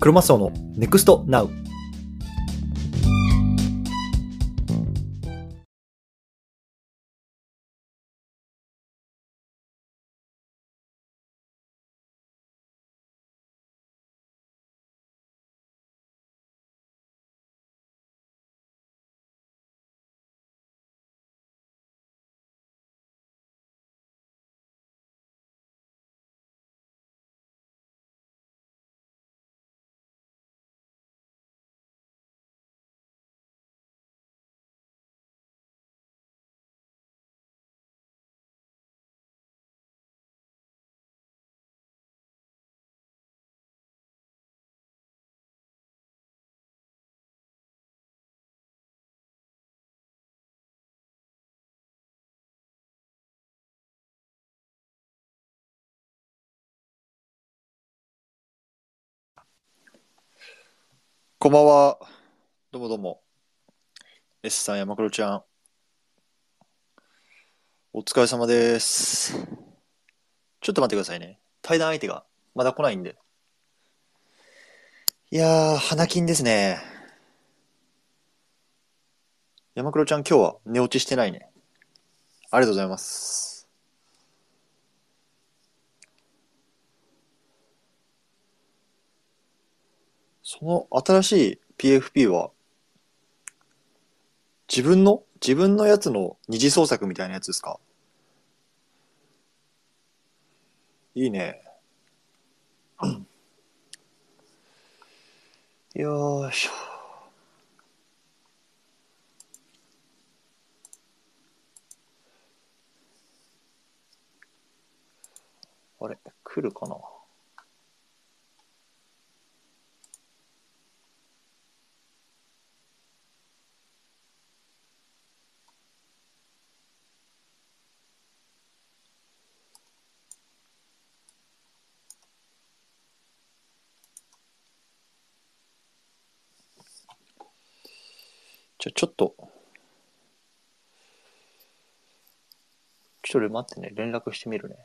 クロマスオの NEXT NOW こんばんは。どうもどうも。S さん、山黒ちゃん。お疲れ様です。ちょっと待ってくださいね。対談相手がまだ来ないんで。いやー、花金ですね。山黒ちゃん、今日は寝落ちしてないね。ありがとうございます。その新しい PFP は、自分の自分のやつの二次創作みたいなやつですかいいね。 よーしょ。あれ、来るかなじゃあちょっと。ちょっと待ってね、連絡してみるね。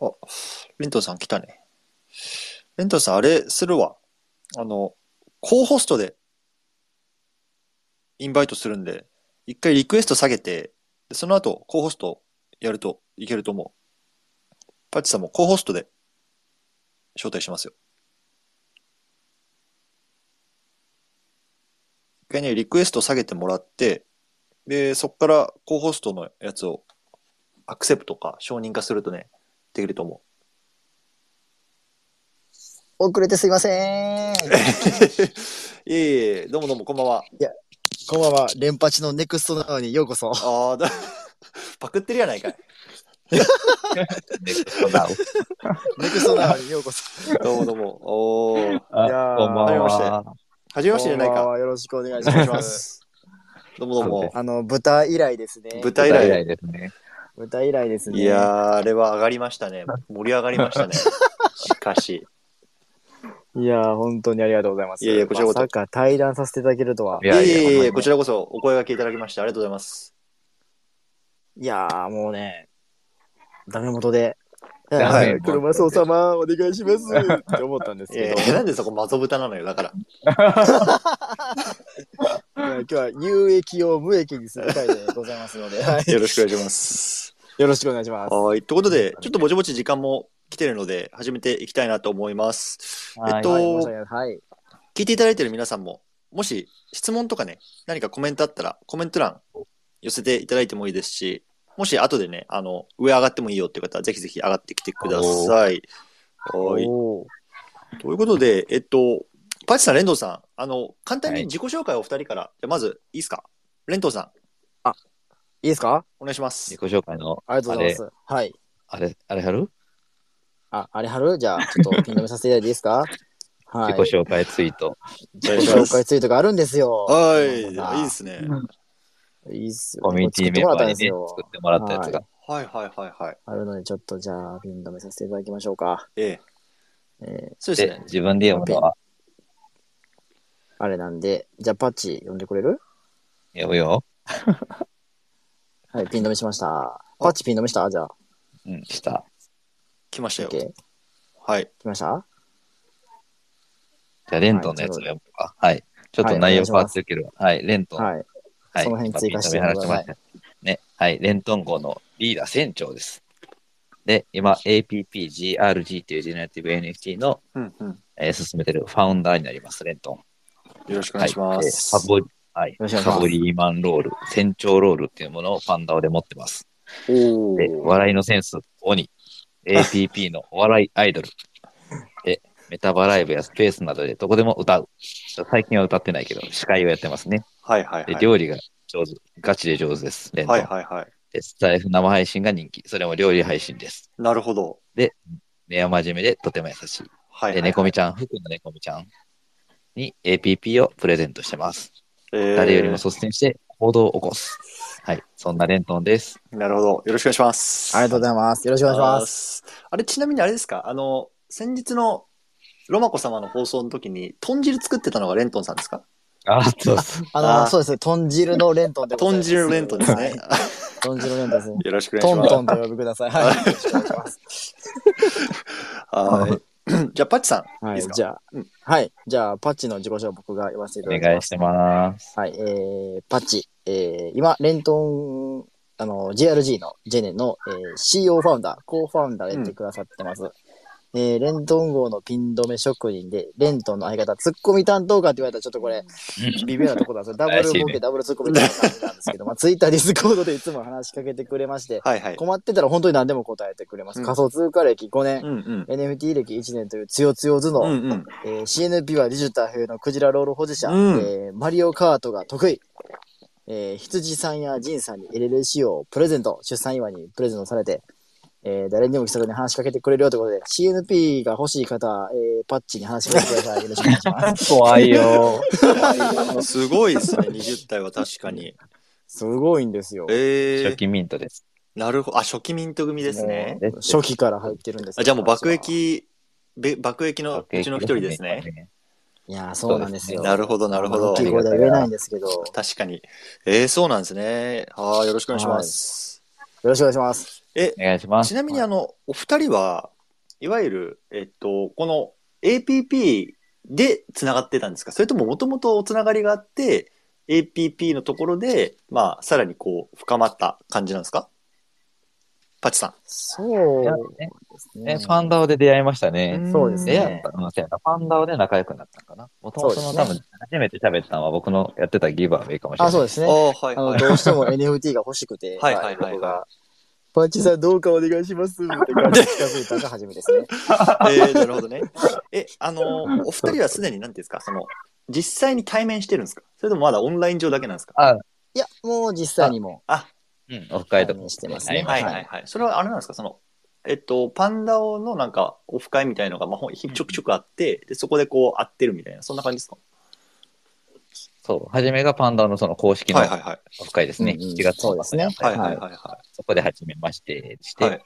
あ、レントンさん来たね。レントンさん、あれするわ。あの、高ホストでインバイトするんで、一回リクエスト下げて、でその後、高ホストやるといけると思う。パッチさんも高ホストで招待しますよ。一回ね、リクエスト下げてもらって、で、そっから高ホストのやつをアクセプトか承認化するとね、できると思う。遅れてすいませ いん。えいえ、どうもどうも、こんばんは。こんばんは。連八のネクストなのにようこそ。ああ、だ パクってるやないかい。ネクストなのにようこそ。どうもどうも。おー、はあいやーこんばんはは。じめましてやない こんばんか。はよろしくお願いおし願いしま。ますす。どうもどうも。 あの、豚以来ですね。舞大台以来。来ですね。豚以来ですね。いやー、あれは上がりましたね。盛り上がりましたね。しかし。いやー本当にありがとうございます。いやいやこちらこそまさか対談させていただけるとは。いいやえいいやえいえ、ほんまにねこちらこそお声掛けいただきましてありがとうございます。いやーもうね、ダメ元で。ダ はメ元い。 で車操作様、お願いします。って思ったんですい けやどい。やなんでそこ、マゾ豚なのよ、だから。いや今日は有益を無益にする回でございますので。はい。よろしくお願いします。よろしくお願いしま す。はい。ということで、ちょっとぼちぼち時間も来てるので、始めていきたいなと思います。えっと、はい申し訳ないはい。聞いていただいている皆さんも、もし質問とかね、何かコメントあったら、コメント欄寄せていただいてもいいですし、もし後でね、あの、上上がってもいいよっていう方は、ぜひぜひ上がってきてください。はい。おーということで、えっと、パチさん、レンドンさん、あの、簡単に自己紹介をお二人から、じゃあまず、いいですかレンドンさん、いいですかお願いしま自す己。紹介の、ありがとうございます。はい。あれ、あれやるあ、あれはるじゃあ、ちょっとピン止めさせていただいていいですかはい。自己紹介ツイート。自自己紹介ツイートがあるんですよ。はい。いいですね。いいっすよ。コミュニティメンバーにね、これ作ってもらったやつが。はいはいはいはい。あるので、ちょっとじゃあ、ピン止めさせていただきましょうか。ええ。えーそうですで、ね。自分で読むのは、あれなんで、じゃあ、パッチ呼んでくれる読むよ。はい、ピン止めしました。パッチピン止めしたじゃあ、うん、した。来ましたよ。 OK。はい。来ましたじゃあ、レントンのやつを読むか。はい。ちょっと内容変わってるけど、はい、レントン。はい。はい、その辺追加してまあピン止め話しましたね。はい、レントン号のリーダー船長です。で、今、APPGRG というジェネラティブ NFT の、うんうん。えー進めてるファウンダーになります、レントン。よろしくお願いします。はい、えーサボリはい、ろしくお願いしますサボリーマンロール、船長ロールっていうものをパンダオで持ってます。おで、ー笑いのセンス、鬼。APP のお笑いアイドル。 で、メタバライブやスペースなどでどこでも歌う。最近は歌ってないけど、司会をやってますね。はいはいで、はい。料理が上手。ガチで上手です。レントンはいはいはい。で、スタイフ生配信が人気。それも料理配信です。なるほど。目は真面目でとても優しい。はいはいはい。で、猫みちゃん、福の猫みちゃんに APP をプレゼントしてます。えー誰よりも率先して行動を起こす。はい。そんなレントンです。なるほど。よろしくお願いします。ありがとうございます。よろしくお願いしあます。あれ、ちなみにあれですかあの、先日のロマコ様の放送の時に、豚汁作ってたのがレントンさんですかあ、そうです。あの、あーそうですね、豚汁のレントンでござ豚います汁レントンですね。豚汁レントンですね。よろしくお願いしトンます。トンと呼びください。はい。よろしくお願いします。はい。じゃあ、パッチさん、いいはでいす、かじゃあ、うんはい。じゃあ、パッチの自己紹介僕が言わせていおただきます。願いしてます。はい、えー、パッチ、えー、今、レントン、あの、JRG のジェネの、えー、CO ファウンダー、コーファウンダーでやってくださってます。えー、レントン号のピン止め職人で、レントンの相方、ツッコミ担当かって言われたら、ちょっとこれ、微妙なところなんですよ。ダブルボ怪しいケ、ねダブルツッコミみたいな感じなんですけど、まあ、ツイッター、ディスコードでいつも話しかけてくれまして、はいはい。困ってたら本当に何でも答えてくれます。うん仮想通貨歴5年、うんうん。 NFT 歴1年という強強頭脳、うんうん。えー CNP はディジタルのクジラロール保持者、うんえーマリオカートが得意、えー羊さんやジンさんに LLC をプレゼント、出産祝いにプレゼントされて、えー誰にも気さくに話しかけてくれるよということで、CNP が欲しい方は、えーパッチに話しかけてください。よろしくお願いし ます。怖いよ。すごいですね、20体は確かに。すごいんですよ。え初ー、期ミントです。なるほど。あ、初期ミント組ですね。です初期から入ってるんですよあじゃあもう爆。撃、べ爆撃のうちの一人ですね。。いやー、そうなんですよ。なるほど、なるほど大。きい声では言えないんですけど、よ確かに。えー、そうなんですね。ああ、よろしくお願いします。ろしくお願いします。え、お願いしますち。なみにあの、お二人は、いわゆる、えっと、この APP でつながってたんですかそれとももともとおつながりがあって、APP のところで、まあ、さらにこう、深まった感じなんですかパチさん。そういやですね、ね。ファンダオで出会いましたね。そうです出ね会ったのはせやなファンダオで仲良くなったんかな。もともそとのうで多す分、初めて喋ったのは僕のやってたギブアウェイかもしれない。あ、そうですあね。あ、はいあの、はい。どうしても NFT が欲しくて、 はいはいはいはい僕がパンチさんどうかお願いしますって感じで近づいたのが初めで すね。えー、なるほどね。え、あの、お二人はすでに何ていうんですかその、実際に対面してるんですかそれともまだオンライン上だけなんですかいや、もう実際にも。うん、オフ会とあかのしてますね会いはいしたはいはい。それはあれなんですかその、えっと、パンダオのなんか、オフ会みたいのが、まあ、ほんちょくちょくあって、で、そこでこう、会ってるみたいな、そんな感じですかそう、初めがパンダオのその公式のはオいはいはい。フ会ですね。うんうん7月そうですねははいいははいいはいはそこで初めましてして、はい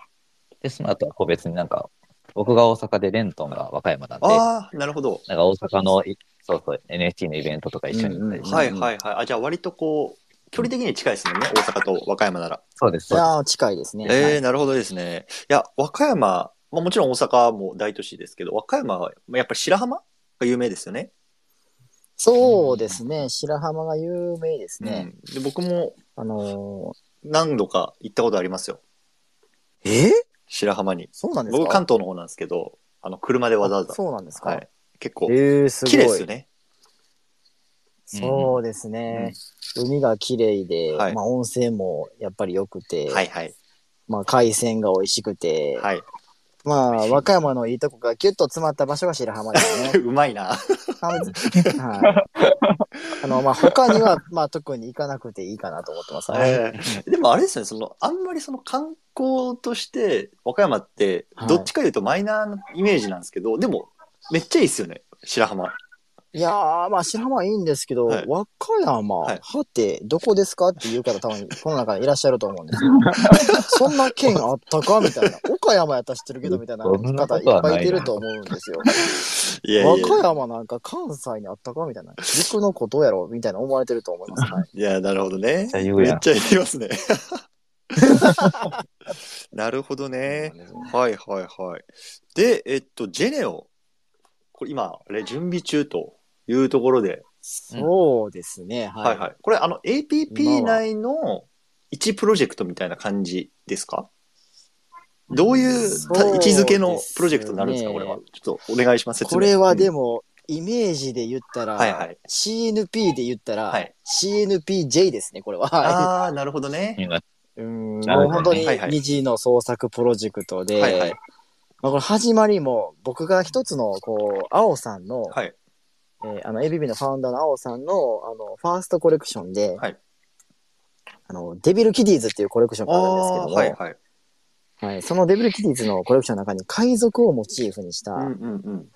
で、その後は個別になんか、僕が大阪でレントンが和歌山なんで、い。なああ、なるほど。んか大阪のい、そうそう、NFT のイベントとか一緒に行ったりして、はいはいはい。あ、じゃあ割とこう、距離的に近いですもんね、大阪と和歌山なら。そうでいす、そうです。やー、近いですね。ええはいなるほどですね。いや、和歌山、まあ、もちろん大阪も大都市ですけど、和歌山はまあやっぱり白浜が有名ですよね。そうですね。白浜が有名ですね。うん、で僕もあの何度か行ったことありますよ、ー、え白浜に。そうなんですか僕、関東の方なんですけど、あの車でわざわざ。そうなんですか、はい、結構え、ー、すごい。綺麗ですよね。そうですね。海が綺麗で、はいまあ温泉もやっぱり良くて、はいはい。まあ海鮮が美味しくて、はい。 まあ和歌山のいいとこがギュッと詰まった場所が白浜です ね。うまいな。はい。あの、まあ、他には、まあ、特に行かなくていいかなと思ってます。えーでもあれですね、その、あんまりその観光として、和歌山っては、いどっちかいうとマイナーなイメージなんですけど、でも、めっちゃいいですよね。白浜。いやー、まあ、白浜いいんですけど、はい和歌山、はいはて、どこですかって言う方多分、この中にいらっしゃると思うんですけど、そんな県あったかみたいな、岡山やったら知ってるけど、みたいなそんな方こいとっはないなぱいいてると思うんですよ。いやいや和いや歌山なんか関西にあったかみたいな、僕のことやろみたいな思われてると思います。はいいや、なるほどね。ゃ言めっちゃ言いますね。 なるほどね。はいはいはい。で、えっと、ジェネを、これ今、あれ、準備中というところで、そうですね、ははいい。はい。これ、あの、APP 内の1プロジェクトみたいな感じですかどういうそうた位置づけのプロジェクトになるんですか、ですこれねは。ちょっとお願いします、説明。これはでも、も、イメージで言ったら、はいはい。 CNP で言ったら、はい CNPJ ですね、これは。ああ、なるほどね。うーん、なるもほどう本当にはいはい二次の創作プロジェクトで、はいはいまあ、これ始まりも僕が一つの、こう、青さんの、はい。えーあの、ABB のファウンダーの青さんの、あの、ファーストコレクションで、はいあの、デビルキディーズっていうコレクションあがあるんですけあどー、も、はいはい。はいそのデビルキディーズのコレクションの中に海賊をモチーフにした、うん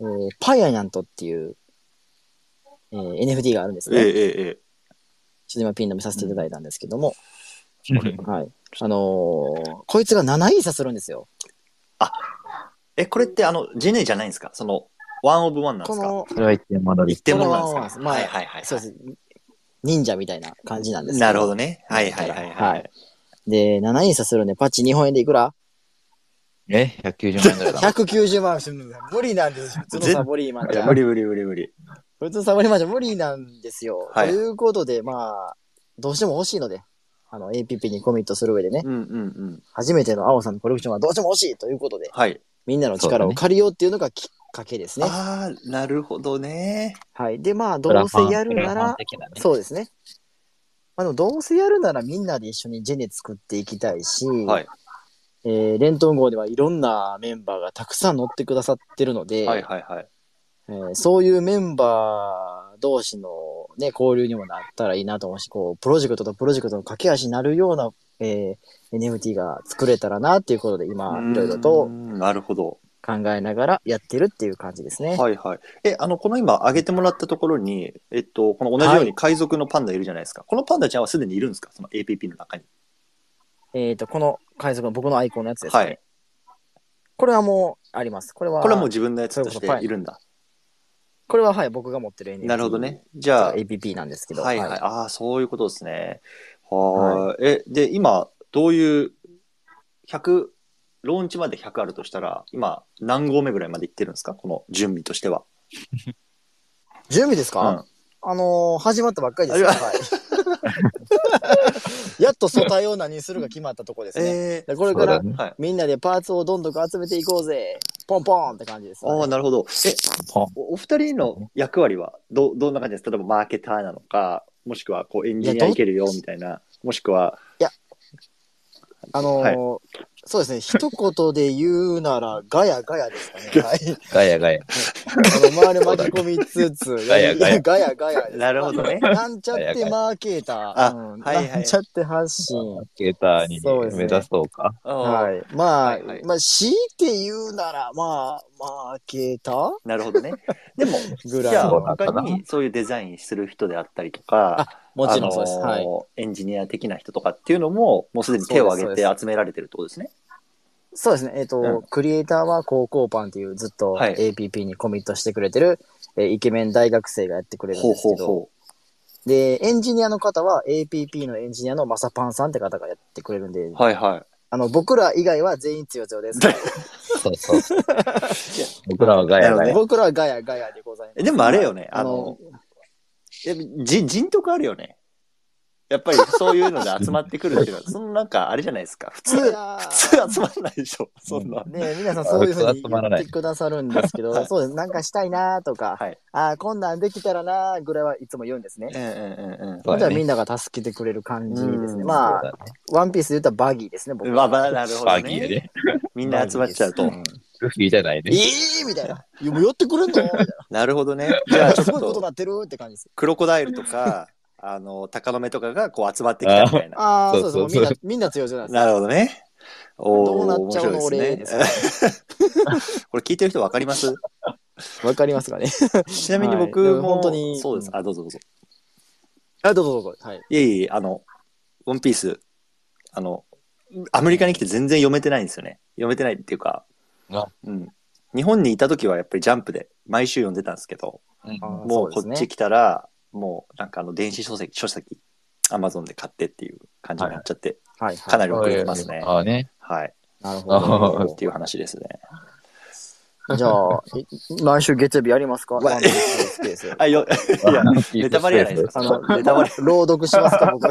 うんうん。えーパイアニャントっていう、えー NFT があるんですええね。ええええ。ちょっと今ピン止めさせていただいたんですけども、うんはい。あのーこいつが7イーサするんですよ。え、これってあの、ジェネじゃないんですかその、ワンオブワンなんでこすかのそれは一点学び一。点ものなんこでのすかまあはいはいはい。そうです。忍者みたいな感じなんですけなるほどね。はいはいはいははいい。。で、7印刷するんで、パッチ日本円でいくらえ ?190 万円ぐらいだな。 ?190 万するの無理なんですよ。普通のサボリーマンいじやゃ。無普理無理無理無理。通のサボリーマンじゃ無理なんですよ。はいということで、まあ、どうしても欲しいので、あの、APP にコミットする上でね、うんうんうん。初めての青さんのコレクションはどうしても欲しいということで、はい。みんなの力を借りようっていうのがきっかけですね。ああ、なるほどね。はい。で、まあ、どうせやるなら、そうですね。まあ、でもどうせやるならみんなで一緒にジェネ作っていきたいし、はいえーレントン号ではいろんなメンバーがたくさん乗ってくださってるので、はいはいはい。えーそういうメンバー同士の、ね、交流にもなったらいいなと思うし、こう、プロジェクトとプロジェクトの架け橋になるような、えー NFT が作れたらなっていうことで今、いろいろうーとんなるほど。考えながらやってるっていう感じですね。はいはい。え、あの、この今挙げてもらったところに、えっと、この同じようはに海賊のパンダいるじゃないですか。このパンダちゃんはすでにいるんですかその APP の中に。えっ、と、この海賊の僕のアイコンのやつですね。はい。これはもうあります。これは、これはもう自分のやつとしているんだ。これははい、僕が持ってる NFT。なるほどね。じゃあ、 APP なんですけど。はいはい。はいああ、そういうことですね。はーい。え、で、今、どういう、100、ローンチまで100あるとしたら、今、何合目ぐらいまでいってるんですかこの準備としては。準備ですうか、ん。あのー始まったばっかりですよ。あはい、や っと素体を何するか決まったとこですね。えでこれそかうだら、ね。はい。みんなでパーツをどんどん集めていこうぜ。ポンポンって感じです、ああ、なるほど。え、ポンおお二人の役割はど、どんな感じですか例えば、マーケターなのか、もしくは、こう、エンジいニやアどいけるよ、みたいな。もしくは、あのーはいそうですね。一言で言うなら、ガヤガヤですか ね。はい。ガヤガヤ。あの、周り巻き込みつつ、 ガヤガヤガヤガヤで す。なるほどねまあなんちゃってマーケーター。あうんはいはいなんちゃって発信。ケーターにそうですね目指そうか。あはい。まあ、はいはいまあ、強いて言うなら、まあ、マーケーターーなるほど ね。でも、ぐじらいゃあ、そうの。だったな他にそういうデザインする人であったりとか、もちろんそうであす。のーはい。エンジニア的な人とかっていうのも、もうすでに手を挙げてそう集められてるってことですね。そうですね。えっ、と、うんクリエイターは高校パンっていうずっとはい APP にコミットしてくれてる、えーイケメン大学生がやってくれるんですけど、で、エンジニアの方は APP のエンジニアのマサパンさんって方がやってくれるんで、うはいはあの、僕ら以外は全員強強です。そうそう そう。僕らはガヤガヤ。僕らはガヤガヤでございまい。す。でもあれよね、ああのの、やっぱ人人徳あるよね。やっぱりそういうので集まってくるっていうのは、そのなんかあれじゃないですか。普通、い普やー通集まらないでしょ、そんな。ねえ、皆さんそういうふうに集まら言なっいてくださるんです けど、はいそうです。なんかしたいなーとか、はいああ、こんなんできたらなーぐらいはいつも言うんですね。うんうんうんそうじゃだあねみんなが助けてくれる感じですね。うんまそうあ、だねワンピースで言ったらバギーですね、僕うん。まあまあ、なるほどバギーね。で。みんな集まっちゃうと。んルフィじゃないえね。えー、みたいな。いやもうやってくれ んのみたいなるほどね。じゃあな。ちょっすごいことにと、なってるって感じです。クロコダイルとか、あの、鷹の目とかがこう集まってきたみたいな。ああ、そうです。そもううそみうんな、みんな強いじゃないですか。なるほどね。おーどうなっちゃうの面白いですねこれ聞いてる人わかりますわかります かね。ちなみに僕はいでも、も本当にそうです。あ、どうぞどうぞ。あ、どうぞどうぞ。はい。いえいえ、あの、ワンピース、あの、アメリカに来て全然読めてないんですよね。読めてないっていうかあ、うん。日本にいた時はやっぱりジャンプで毎週読んでたんですけど、うんあーもうそこですっねち来たら、もうなんかあの電子書籍、書籍、アマゾンで買ってっていう感じになっちゃって、はい、かなり。り遅れてますね。ああね。 はい。なるほあどー。っていう話ですね。 じゃあ、え毎週月曜日やりますかわワンピースペー スあ、よ、いや、ネタバレやないですか。あの、ネタバレ朗読します か、僕。え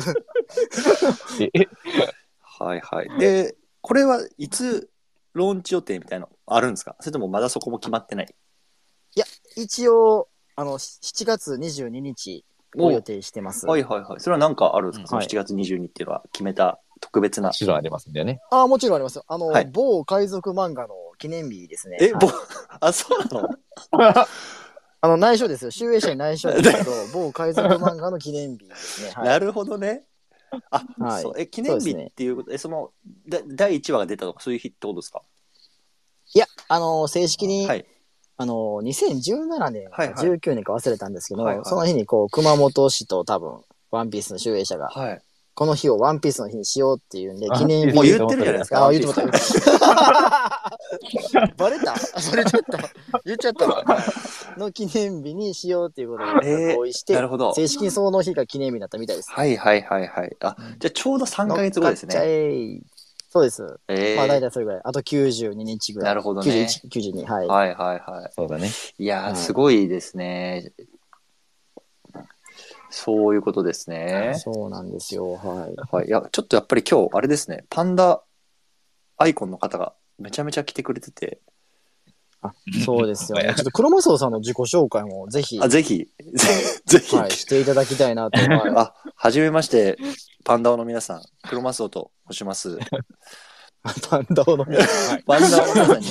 はいはい。で、これはいつローンチ予定みたいなのあるんですかそれともまだそこも決まってない一応、あの、7月22日を予定してます。はいはいはい。それはなんかあるんですか、うそのん7月22日っていうのは決めた特別なも。ちろんありますんだよね。ああ、もちろんありますよ。あの、はい某海賊漫画の記念日ですね。え、はいぼ、 あ、そうなのあの、内緒ですよ。集英社に内緒ですけ ど、某海賊漫画の記念日ですね。はい。なるほどね。あ、はいそう。え、記念日そうですねっていうこと、え、その、だ第1話が出たとか、そういう日ってことですかいや、あの、正式に、はい。あの、2017年かはいはい19年か忘れたんですけど、はいはいその日にこう、熊本市と多分、ワンピースの集英社が、はい。この日をワンピースの日にしようっていうんで、記念日もう言ってるじゃないですか。ああ、言ってもらった。 バレたそれちょっと、言っちゃった わ。の記念日にしようっていうことえでー合意して、なるほど。正式にその日が記念日だったみたいです。はいはいはいはい。あ、じゃあちょうど3ヶ月後です乗っかっちゃね。えいそうです。えーまあ大体それぐらい。あと92日ぐらい。なるほどね。 91、92、はい。はいはいはい。そうだね。いやー、うんすごいですね。そういうことですね。そうなんですよ。はい。はい、いや、ちょっとやっぱり今日、あれですね、パンダアイコンの方がめちゃめちゃ来てくれてて、あ、 そうですよね。ちょっと黒マソウさんの自己紹介もぜひ、あ、ぜひ、ぜひ、はい、していただきたいなと。はいあ、はじめまして、パンダオの皆さん、クロマスオと申します。 パンダオの皆さん。パンダオの皆さんに、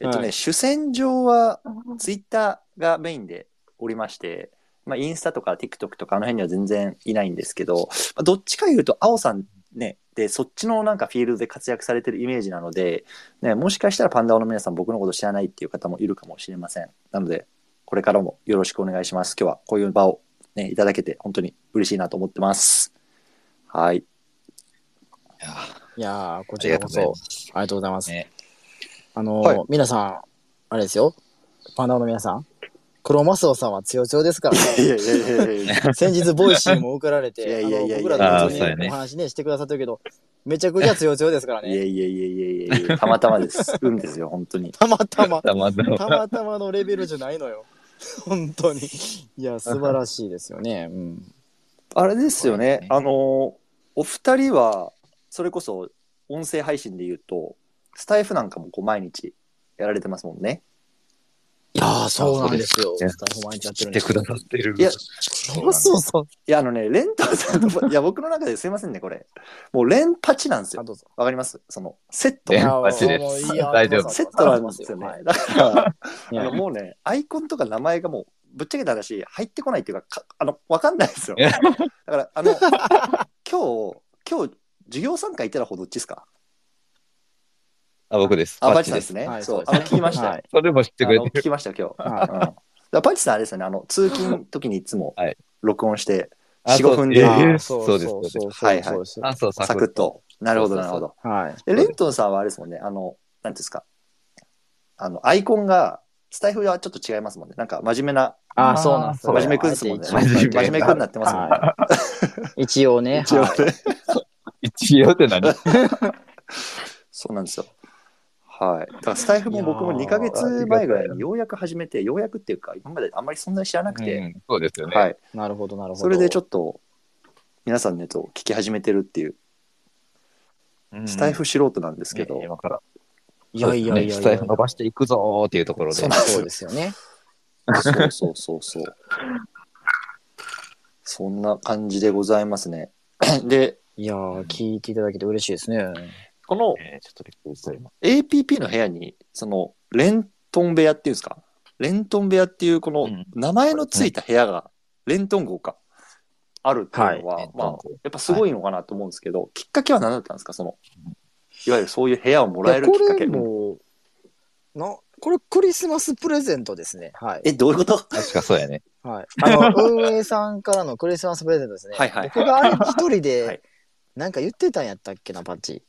えっとはね、主戦場はツイッターがメインでおりまして、まあ、インスタとか TikTok とかあの辺には全然いないんですけど、まあ、どっちかいうと、青さんね、で、そっちのなんかフィールドで活躍されてるイメージなので、ね、もしかしたらパンダオの皆さん僕のこと知らないっていう方もいるかもしれません。なので、これからもよろしくお願いします。今日はこういう場をね、いただけて本当に嬉しいなと思ってます。はい。いやーいやー、こあちりらがことうございそま、す。ありがとうございます。ねあのーはい皆さん、あれですよ。パンダオの皆さん。黒マスオさんは強強ですから、ね、 いやいやいやいや先日ボイシーも送らいれやて、いやあいやのい僕やらとあー一そう緒やにねお話ね、してくださってるけど、めちゃくちゃ強強ですからいやね。いやいやいやいやたまたまです。運ですよ、本当に。たまたま、たまたまたまたまのレベルじゃないのよ。本当に。いや、素晴らしいですよね。うん。あれですよねそうですねあのお二人はそれこそ音声配信で言うとスタイフなんかもこう毎日やられてますもんねいやー、そうなんですよ。そうですスタッフ毎日やってるんで来てすくださってる。いやそうマスオさん。いやあのねレンタさんといや僕の中ですいませんねこれもうレンパチなんですあ、よどうぞ。わかりますそのセットレンパチいやでもういす。いよ大丈夫。セットなんですよね、はいだからいあやのもうねアイコンとか名前がもうぶっちゃけた話入ってこないっていうかかあのわかんないですよ だからあの 今日今日授業参加いたらほどっちですかあ、僕です。あパパッチさんチで。ですすね、はいそうそうですねあの聞きましたよ、はいそれも知ってくれあての聞きました今日。はうん、だからパチさんあれですよね、あの通勤時にいつもはい録音して、あ4、5分い。で、えあーーそうですそうですそうはそういはいそうそうあ、そう、サクッ。と。なるほど、なるほど。はい。で、レントンさんはあれですもんね、あの、なんていうんですか、あの、アイコンが、スタイフはちょっと違いますもんね。なんか真面目な、あ、そうなんですそよ。う真面目くんですもんね。一真応真面目面目くんになってますもんね。はい一応ね。一応はいね一応って何 そうなんですよ。はい。だからスタイフも僕も2ヶ月前ぐらいにようやく始めて、ようやくっていうか、今まであんまりそんなに知らなくて、うんそうですよね。はい。なるほど、なるほど。それでちょっっと皆さんのやつを聞き始めてるっていううんスタイフ素人なんですけど、ね今から。といやいやいやスいタやイフ伸ばしていくぞーっていうところでそう。なんそうですよね。そうそうそうそうそんな感じでございますねでいやー、聞いていただけて嬉しいですね。このえーちょっとびっくりした今。 APP の部屋にそのレントン部屋っていうんですかレントン部屋っていうこのうん名前のついた部屋がレントン号かあるっていうのは、はいまあやっぱすごいのかなと思うんですけど、きっかけは何だったんですかそのいわゆるそういう部屋をもいらえやるきこっかけれ。もう、な、これクリスマスプレゼントですね。はい。え、どういう こと確かそうやね。はい。あの、運営さんからのクリスマスプレゼントですね。はいはいはい僕があれ一人で、はいなんか言ってたんやったっけな、パッチ。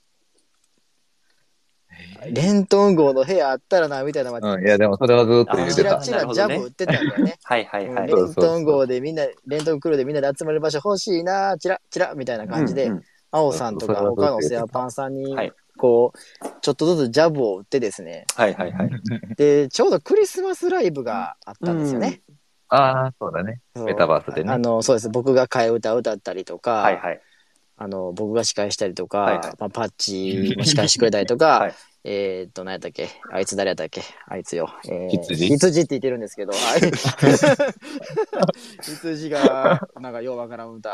レントン号の部屋あったらな、みたいな、うん、いや、でもそれはずっと言ってチたラあ。チラジャブ売ってたんだよね。はいはいうんはい。レントン号でみんな、レントンクルーでみんなで集まる場所欲しいな、チラチラみたいな感じで、うんうん青さんとかそうそう他のお世話パンさんにはい、こう、ちょっとずつジャブを打ってですね、はいはいはい。で、ちょうどクリスマスライブがあったんですよね。ああ、そうだね。そうメタバースでねあの、そうです。僕が替え歌を歌ったりとか、はいはい。あの、僕が司会したりとか、はいはいまあ、パッチ も司会してくれたりとか、はいえーっと、何やったっけあいつ誰やったっけあいつよ。えー羊羊って言ってるんですけど、あ い羊が、なんかようわからん歌、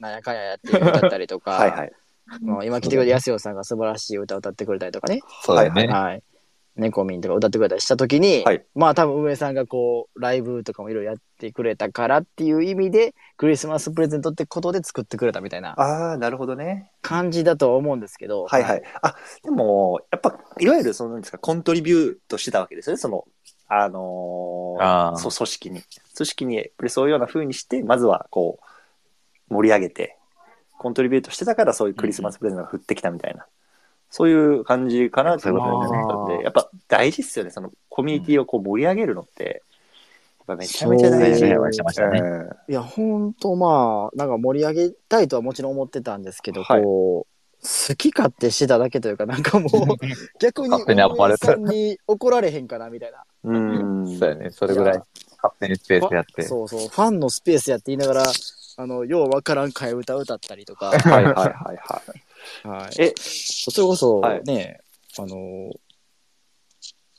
なんやかんややって歌ったりとか、はいはい。もう今来てくれたやすよさんが素晴らしい歌を歌ってくれたりとかね、そうだよね。はい。猫民とか歌ってくれたりした時に、はいまあ多分上さんがこう、ライブとかもいろいろやってくれたからっていう意味で、クリスマスプレゼントってことで作ってくれたみたいな。ああ、なるほどね。感じだとは思うんですけど、はいはい。あ、でも、やっぱ、いわゆる、その、なんですか、コントリビュートしてたわけですよね。その、あのーあーそう、組織に。組織に、そういうような風にして、まずは、こう、盛り上げて、コントリビュートしてたから、そういうクリスマスプレゼントが降ってきたみたいな。そういう感じかなと思ってそういうことだよねでやっぱ大事っすよね。そのコミュニティをこう盛り上げるのって、やっぱめちゃめちゃ大事。そうねう話してましたねんいや、ほんとまあ、なんか盛り上げたいとはもちろん思ってたんですけど、はいこう、好き勝手してただけというか、なんかもう、逆に、勝手に暴れてさんに怒られへんかな、みたいな。うん。そうやね。それぐらい勝手にスペースやって。そうそう、ファンのスペースやって言いながら、あの、ようわからん替え歌歌ったりとか、はいはいはいははい。い。 え、それこそ、はいね、あの、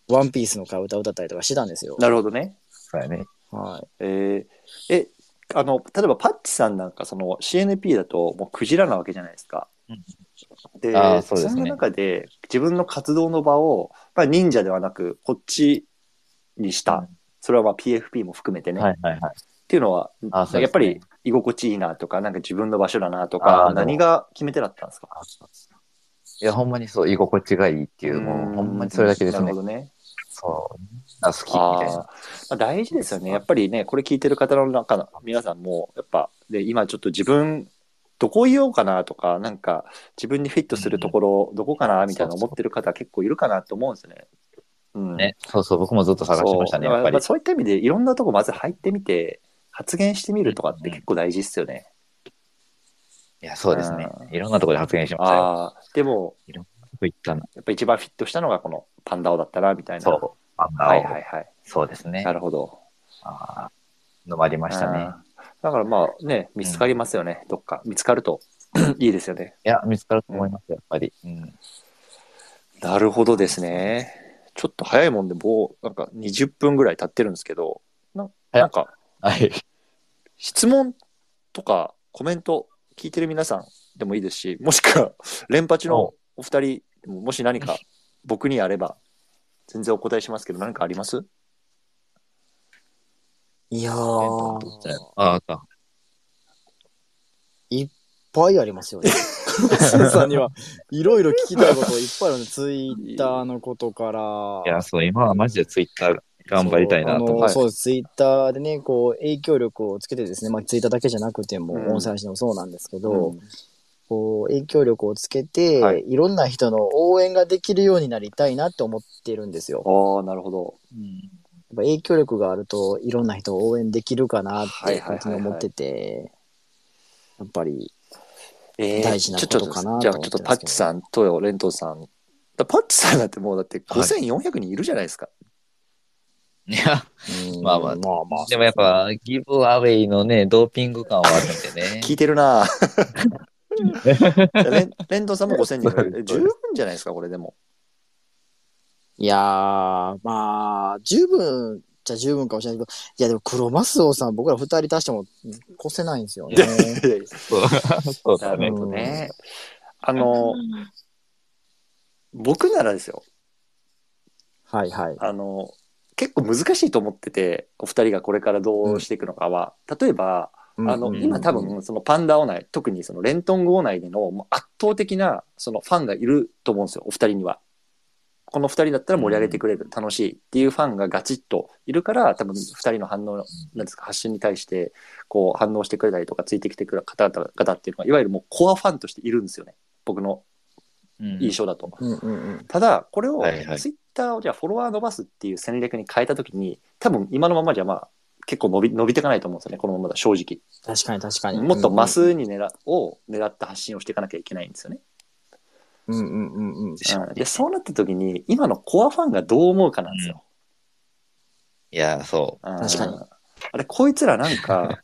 ワンピースの替え歌歌ったりとかしてたんですよ。なるほどね。そうやね。はい。えーえ、あの、例えばパッチさんなんか、その CNP だともうクジラなわけじゃないですか。で、あーそそうですねんな中で自分の活動の場を、まあ、忍者ではなく、こっちにした。それはまあ PFP も含めてね。はいはいはっい。ていうのは、あーそうですねやっぱり居心地いいなとか、なんか自分の場所だなとあかー、でも何が決め手だったんですかいや、ほんまにそう、居心地がいいっていう、もう、ほんまにそれだけですなねるほ。どね。そう。あ好きみあたいーなま。あ、大事ですよね。やっぱりね、これ聞いてる方の中の皆さんも、やっぱ、で、今ちょっと自分、どこいようかなとか、なんか、自分にフィットするところ、どこかなみたいなそうそう思ってる方結構いるかなと思うんですよね。うん。ね、そうそう、僕もずっと探してましたね、そうやっぱりだから。そういった意味で、いろんなとこまず入ってみて、発言してみるとかって結構大事ですよね。いや、そうですねう。いろんなところで発言しましたよ。ああ、でも、僕行ったな。やっぱ一番フィットしたのがこのパンダオだったな、みたいな。そう。あんな、はいはいはい。そうですねな。るほど。あーのもありましたね。うんだからまあね、見つかりますよね、どっか。見つかると いいですよね。いや、見つかると思います、やっぱり。うん。なるほどですね。ちょっと早いもんで、もうなんか20分ぐらい経ってるんですけど、なえなんかはい。質問とかコメント聞いてる皆さんでもいいですし、もしく は連八のお二人でも、もし何か僕にあれば、全然お答えしますけど、何かありますいやー、いっああ、か。ぱいあります よね。スーさんには、いろいろ聞きたいこといっぱいあるの。ツイッターのことから。いや、そう、今はマジでツイッター頑張りたいなとそう思あのっはいそうです。ツイッターでね、こう、影響力をつけてですね、まあ、ツイッターだけじゃなくても、うん音声配信でもそうなんですけど、うんこう、影響力をつけて、はいい、ろんな人の応援ができるようになりたいなって思ってるんですよ。やっああ、なるほど。ぱ影響力があると、いろんな人を応援できるかなっはいて、はいはいはい本当に思ってて、やっぱり、えー大事なことちょっかなとと思じゃあ、っちてょますけどっとパッチさんとレントンさん。だパッチさんだってもうだって5400人いるじゃないですか。て。いや、うんまあまあまあまあ でもやっぱ、ギブアウェイのね、ドーピング感はある んでね。聞いてるな ぁじゃあレンレントンさんも5000人ぐらそうでい。す十分じゃないですか、これでも。いやー、まあ、十分じゃ十分かもしれないけど、いやでも黒マスオさん、僕ら二人足しても越せないんですよね。そうそうなだるねほ。どね。あの、僕ならですよ。はいはい。あの、結構難しいと思ってて、お二人がこれからどうしていくのかは。例えば、うんあの、うん今多分、そのパンダオ内、特にそのレントン号内でのもう圧倒的なそのファンがいると思うんですよ、お二人には。この二人だったら盛り上げてくれる、楽しいっていうファンがガチッといるから、多分二人の反応、なんですか、発信に対して、こう反応してくれたりとか、ついてきてくれる方々方っていうのは、いわゆるもうコアファンとしているんですよね。僕の印象だと。うんうんうんただこれをはいはいツイッターをじゃあフォロワー伸ばすっていう戦略に変えた時に多分今のままじゃまあ結構伸び伸びていかないと思うんですよねこのままだ正直確かに確かに。もっとマスに狙を狙った発信をしていかなきゃいけないんですよね、うんうんうんうん。うんでそうなった時に今のコアファンがどう思うかなんですよ、いや、そう。うん確かにあれこいつらなん か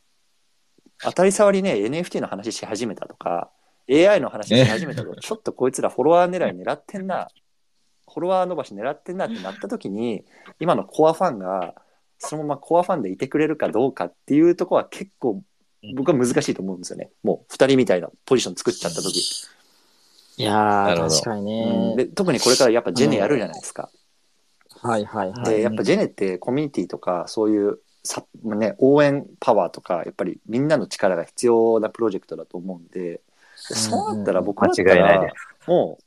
当たり障りね NFT の話し始めたとか AI の話し始めた とか、ちょっとこいつらフォロワー狙い狙ってんなフォロワー伸ばし狙ってんなってなった時に今のコアファンがそのままコアファンでいてくれるかどうかっていうところは結構僕は難しいと思うんですよねもう2人みたいなポジション作っちゃった時、いやなー、るほど確かにうんね。で特にこれからやっぱジェネやるじゃないですかはいはいはでい。やっぱジェネってコミュニティとかそういうさ、ね、応援パワーとかやっぱりみんなの力が必要なプロジェクトだと思うんででそうなったら僕だった間違いないでらも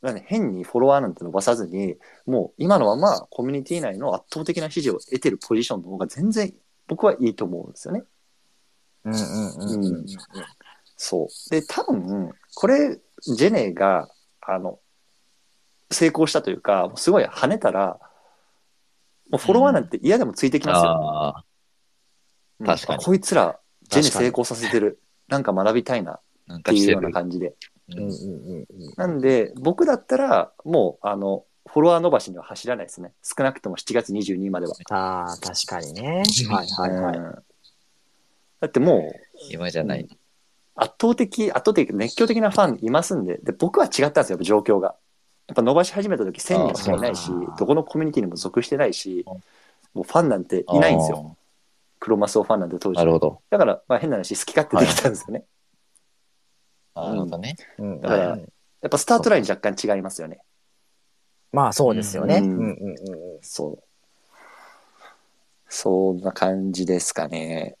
う、なんか変にフォロワーなんて伸ばさずにもう今のままコミュニティ内の圧倒的な支持を得てるポジションの方が全然僕はいいと思うんですよね。うんうんうんうん。そうで多分これジェネがあの成功したというかすごい跳ねたらもうフォロワーなんて嫌でもついてきますよ。ああ、うん確かにあこいつら、ジェネ確かに成功させてる。なんか学びたいなっなんかていしうてようるな。感じで。うんううんんうんうんなんで、僕だったら、もう、あの、フォロワー伸ばしには走らないですね。少なくとも7月22までは。ああ、確かにね。はいはいはい。うんだってもう、今じゃない。圧倒的、圧倒的、熱狂的なファンいますんで、で、僕は違ったんですよ、状況が。やっぱ伸ばし始めた時1000人しかいないしあー、どこのコミュニティにも属してないしあ、もうファンなんていないんですよ。よ。黒マスオファンなんて当時な。るほど。だから、まあ変な話、好き勝手できたんですよね。なるほどね。うんだからうんやっぱスタートライン若干違いますよね。まあそうですよね。ううんんうんうんうん。そう。そんな感じですかね。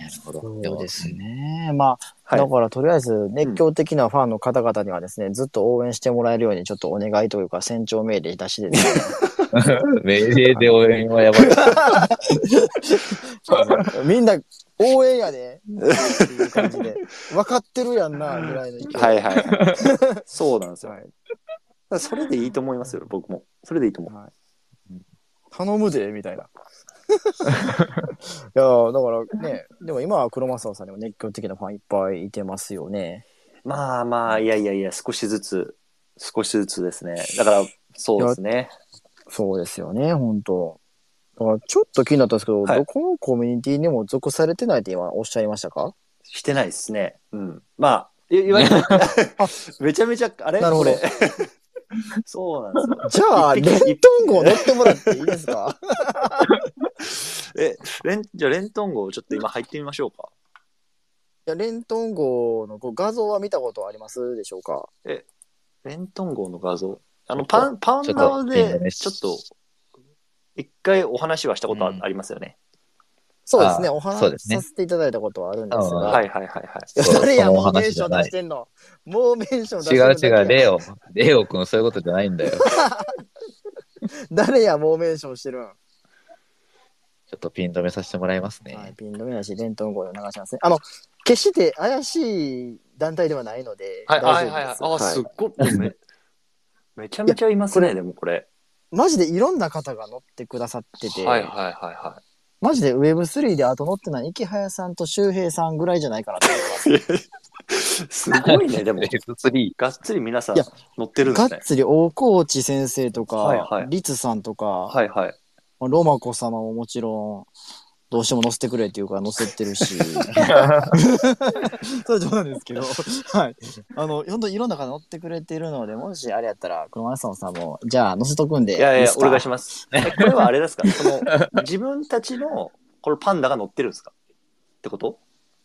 なるほど。そうですね。まあ、はい。だからとりあえず熱狂的なファンの方々にはですね、ずっと応援してもらえるようにちょっとお願いというか、船長命令出しで ですね命令で応援はやばい。みんな応援やで、っていう感じ で。分かってるやんな、ぐらいの勢い。はいはいはい。そうなんですよ。だはかいらそれでいいと思いますよ、僕も。それでいいと思う。頼むで、みた いな。いやーだからね、でも今は黒マスオさんにも熱狂的なファンいっぱいいてますよね。まあまあ、いやいやいや、少しずつ、少しずつですね。だから、そうですね。そうですよね、本当だからちょっと気になったんですけど、はいどこのコミュニティにも属されてないって今おっしゃいましたかしてないですね。うん。まあ、いいわ ゆる、めちゃめちゃ、あれなるほどこれ そうなんですよ。じゃあ、レ一ン匹トン号乗ってもら っていいですかえ、レン、じゃあレントン号ちょっと今入ってみましょうか。いやレントン号のこう画像は見たことありますでしょうかレントン号の画像。あちょの、っとパン、パンちょっダオといいんじでゃない、ちょっと、一回お話はしたことあありますよね。そうですね、あーお話そうでしすねさせていただいたことはあるんですあが、はいはいはいはい。いやそう 誰や、そのもうおメン話シじョゃンない出してんの。もうメンション出して違んのう違う、レオ。レオ君、そういうことじゃないんだよ。誰や、もうメンションしてるん。ちょっとピン止めさせてもらいますね。はい、ピン止めだし、レントン号で流しますね。あの、決して怪しい団体ではないので、はいはい大丈はい夫はいで。す。あ、すっごい。めめちゃめちゃいますいね、やでもこれ。マジでいろんな方が乗ってくださってて、はいはいはいはマジで Web3 で後乗ってない池早さんと周平さんぐらいじゃないかなと思ってます。い。すごい ね、でも。 F3。がっつり皆さんいや乗ってるんでがすっね。つり大河内先生とか、はいはいリツさんとか、はい はい。ロマコ様ももちろん、どうしても乗せてくれっていうから乗せて るし。それは冗談ですけど、はい。あの、本当いろんな方乗ってくれてるので、もしあれやったら、黒松さんさんも、じゃあ乗せとくんで。いやいや、すおか願いします。えこれはあれですか その、自分たちの、これパンダが乗ってるんですかってこと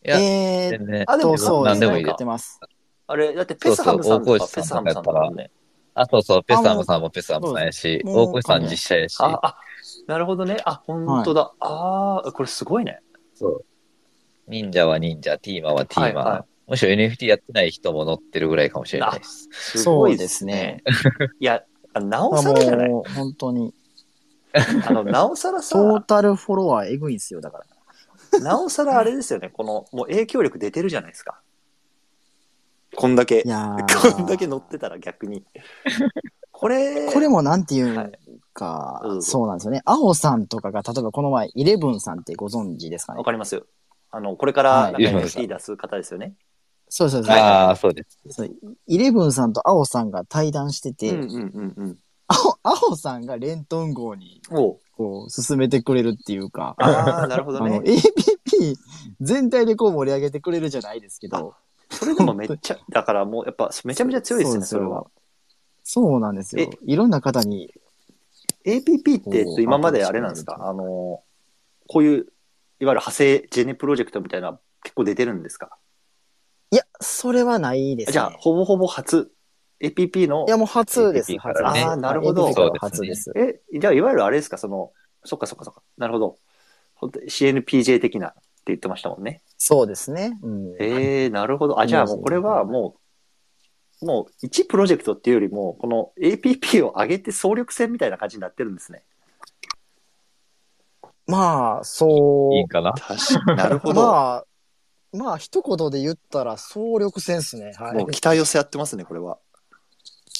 いやえーっ全然。あ、でもと、そそううでですす何ね。でもいいやよってます。あれ、だってペスハムさんとそうか、そうペスハムさんとかもね。あ、そうそう、ペスハムさんもペスハムさんやし、もう大越さん実写やし、あ、あ、なるほどね。あ、本当だ。ああ、これすごいね。忍者は忍者、ティーマはティーマー。はいはむしろ NFT やってない人も乗ってるぐらいかもしれないです。すそごういでですすねね。いや、あなおあさらじゃないもう、本当に。あの、なおさらトーさ、タルフォロワーえぐいんすよ、だから。なおさらあれですよね。この、もう影響力出てるじゃないですか。こんだけい、やー こんだけ乗ってたら逆に。これ、これもなんていはういはか、いどうぞそうなんですよね。青さんとかが、例えばこの前、イレブンさんってご存知ですかねわ。かりますよ。あの、これからなんかはい NFT 出す方ですよね。そうそうそう。ああ、そうです。そうイレブンさんと青さんが対談してうて、んうんうんうん。青青さんがレントン号におうこう進めてくれるっていうか、ああ、なるほあどのね。 APP 全体でこう盛り上げてくれるじゃないですけど、それでもめっちゃ、 だからもうやっぱめちゃめちゃ強いですね、それは。。そうなんですよ。いろんな方に、 APP って、えっおと、ー今まであれなんですかアあの、こういう、いわゆる派生ジェネプロジェクトみたいな結構出てるんですかいや、それはないです、ね。じゃあ、ほぼほぼ初、APP のい、や、もう初です、 APP 初からねですあーなるほど APP から初です。え、じゃあ、いわゆるあれですか、その、そっかそっかそっか、なるほど。本当に CNPJ 的なって言ってましたもんね。そうですね。うん。えー、なるほど。あ、じゃあもうこれはもう、もう1プロジェクトっていうよりも、この APP を上げて総力戦みたいな感じになってるんですね。まあ、そう。いいかな。確かに。なるほど。まあ、まあ、一言で言ったら総力戦っすね。はもうい。期待を背負ってますね、これは。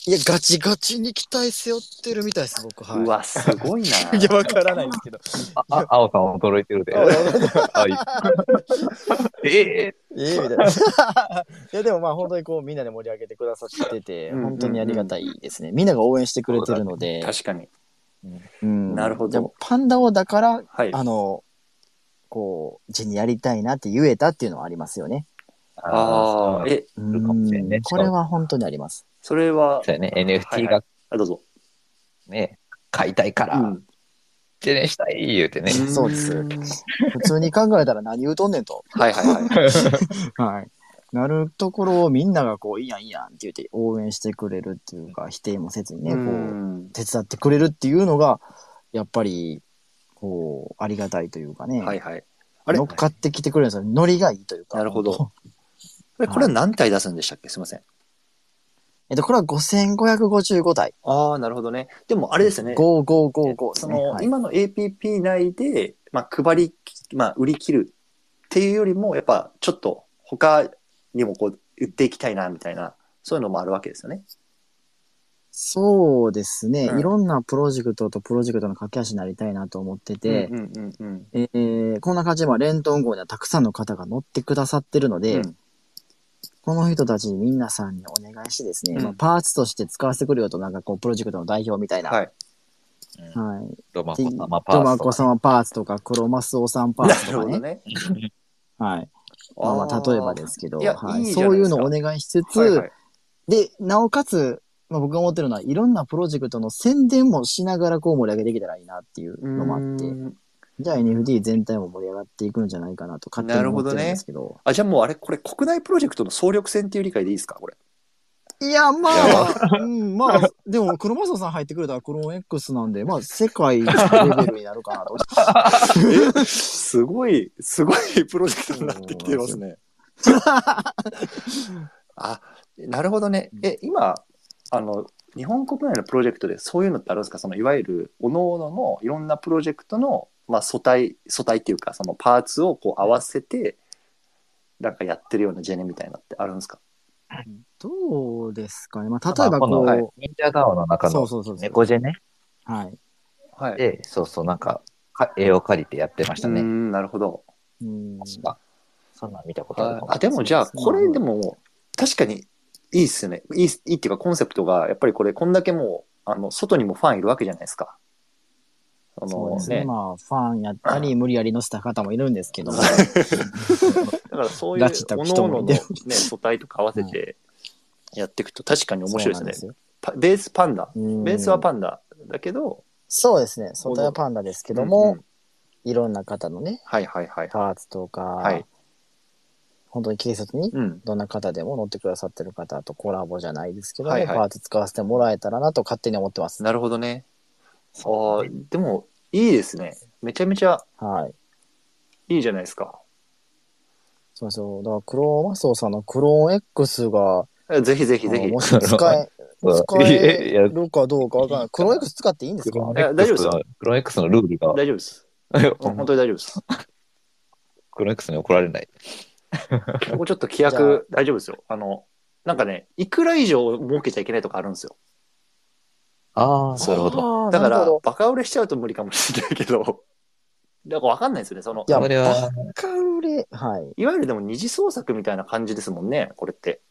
いや、ガチガチに期待背負ってるみたいです、僕。はい。うわ、すごいな。 いや、わからないですけ ど。ああ、青さん驚いてるで。はいえええ えみたいな。 いや、でもまあ、本当にこう、みんなで盛り上げてくださってて、うん本当にありがたいですね。みんなが応援してくれてるので。確かに。うんなるほどでもパンダをだから、はい。あの、こう、地にやりたいなって言えたっていうのはありますよね。あああ、ー、え、うるかもしれんねんこれは本当にあります。それは、そうやね。はい NFT はいがあ、どうぞ。ね、買いたいから、うんジェネしたい言うてね。そうですん普通に考えたら何言うとんねんと。はいはいはい。はい。なるところをみんながこう、いいやんいいやんって言って応援してくれるっていうか、否定もせずにね、うこう、ん手伝ってくれるっていうのが、やっぱり、こう、ありがたいというかね、はいはい。あれ乗っかってきてくれるんですよ。ノリがいいというか。なるほど。えこれは何体出すんでしたっけすいません。 えっと、これは5555体。ああ、なるほどね。でもあれですね。 5555ですそね。の、はい今の APP 内で、まあ、配り、まあ、売り切るっていうよりも、やっぱちょっと他にもこう、売っていきたいな、みたいな、そういうのもあるわけですよね。そうですね、うんいろんなプロジェクトとプロジェクトの架け橋になりたいなと思ってて、うんうんうんうん。えーこんな感じで、まあ、レントン号にはたくさんの方が乗ってくださってるのうで、んこの人たちみんなさんにお願いしてですね、うんまあ、パーツとして使わせてくれよと、なんかこう、プロジェクトの代表みたいな。はいはい。ロマでコ様パトマーコソ様パーツとか、クロマスオさんパーなツとるかほどね。ね。。はい。まあまあ、例えばですすけど、いやはいいじゃなそいういでうすかのをお願いしつつ、はいはい。で、なおかつ、まあ、僕が思ってるのは、いろんなプロジェクトの宣伝もしながらこう盛り上げていけたらいいなっていうのもあって、うんじゃあ NFT 全体も盛り上がっていくんじゃないかなと勝手に思ってるんですけど。あ、じゃあもうあれ、これ国内プロジェクトの総力戦っていう理解でいいですかこれ。いや、まあ、うん、まあ、でも、クロマソさん入ってくれたらクローン X なんで、まあ、世界レベルになるかなと。 すごい、すごいプロジェクトになってきてますね。 あ、なるほどね。え、今、あの、日本国内のプロジェクトでそういうのってあるんですかそのいわゆる、おのののいろんなプロジェクトの、まあ、素体、素体っていうか、そのパーツをこう合わせて、なんかやってるようなジェネみたいなのってあるんですかどうですかね。まあ、例例ええばばこの、こう、はい忍者顔の中そのうそうそうそう。猫ジェネはい。はい。で、そうそう、なんか、か絵を借りてやってましたうーね。ん、なるほど。うん、確か。そんなん見たことあるかもあ、でもじゃあ、そうですねこれでも、確かにいいっすよね。いいっす、いいっていうか、コンセプトが、やっぱりこれ、こんだけもう、あの、外にもファンいるわけじゃないですか。あそうのですね。ね。まあ、ファンやったり、無理やり乗せた方もいるんですけども。だからそういう、拉致った各人々ものいねて、素体とか合わせてやっていくと、確かに 面白いですね。そうなんパベースパンダ。ですよ。ベースはンダ。パンダだけど、そうですね。外はパンダですけどうんうもん、いろんな方のね、はいはいはい。パーツとか、はい本当に軽率にうん。どんな方でも乗ってくださってる方とコラボじゃないですけども、はいはいパーツ使わせてもらえたらなと勝手に思ってます。なるほどね。あそあ、でも、いいですね。めちゃめちゃはい。いいじゃないですか。そうそう。だから、クローマスオさんのクローン X が、えぜひぜひぜひも。し使 え、そう使えいやえるかどうかわからない。クローン X 使っていいんですクかロえーン大丈夫 X ですの、クローン X のルールが、大丈夫です。うん本当に大丈夫です。クローン X に怒られない。 ここちょっと規じゃあ約大丈夫ですよ。あの、なんかね、いくら以上儲けちゃいけないとかあるんですよ。ああ、なるほど。どだからなるほ、バカ売れしちゃうと無理かもしれないけど、だからわ かんないですよね。そのい、や、それはバカ売れ、はい。いわゆるでも二次創作みたいな感じですもんね、これって。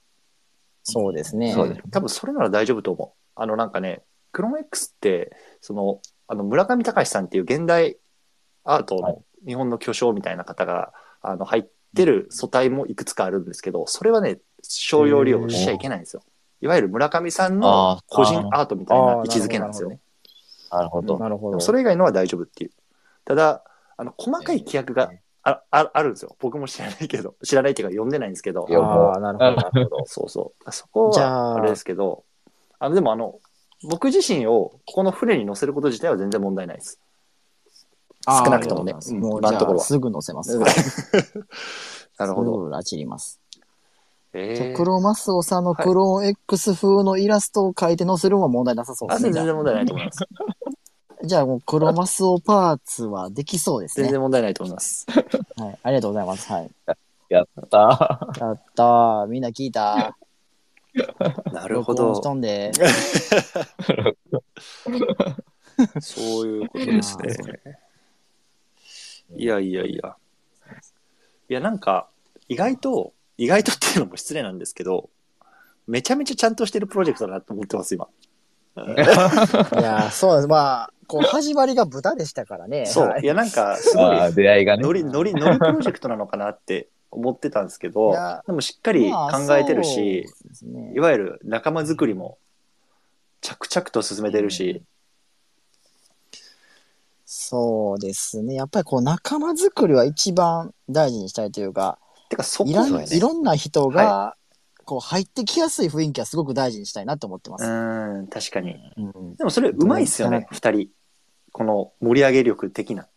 そうですね。そうです。多分それなら大丈夫と思う。あのなんかね、クローン X って、その、あの村上隆さんっていう現代アートはの日本の巨匠みたいな方が、あの入ってる素体もいくつかあるんですけど、それはね、商用利用しちゃいけないんですよ。いわゆる村上さんのあー個人アートみたいな位置づけなんですよね。なるほど。なるほど。それ以外のは大丈夫っていう。ただ、あの細かい規約があああるんですよ。僕も知らないけど、 知らないっていうか読んでないんですけど。いやああ、なるほど、なるほど。そうそう。そこじゃは、ああれですけど、あの、でもあの、僕自身をここの船に乗せること自体は全然問題ないです。あー少なくともねありがううんご今ざいますもう、のじところゃあ、はすぐ載せます。 なるほど。。拉致ります。じゃえあえクロマスオさんのクローン X 風のイラストを描いて載せるのは問題なさそうであす全ね。じゃ然問題ないと思います。あじゃあ、もうクロマスオパーツはできそうです全ね。然問題ないと思い ます。はい。ありがとうございます。はい。やったやったー。みんな聞いた。ななしとんで。そういうことですね。いやいやいや。いや、なんか、意外と、意外とっていうのも失礼なんですけど、めちゃめちゃちゃんとしてるプロジェクトだなと思ってます、今。いやー、そうです。まあ、こう、始まりが豚でしたからね。そうは。いいや、なんか、すーごいあ、ー出会いがねノ。リ、ノリ、ノリプロジェクトなのかなって思ってたんですけいど、やでもしっかりまあ考えてるし、そうですねいわゆる仲間づくりも着々と進めてるし、そうですね。やっぱりこう仲間づくりは一番大事にしたいというか、てかそこいがらねんいろんな人がこう入ってきやすい雰囲気はすごく大事にしたいなと思ってまうす。ーん、確かに。うんでもそれうまいっすよね、二人。この盛り上げ力的な。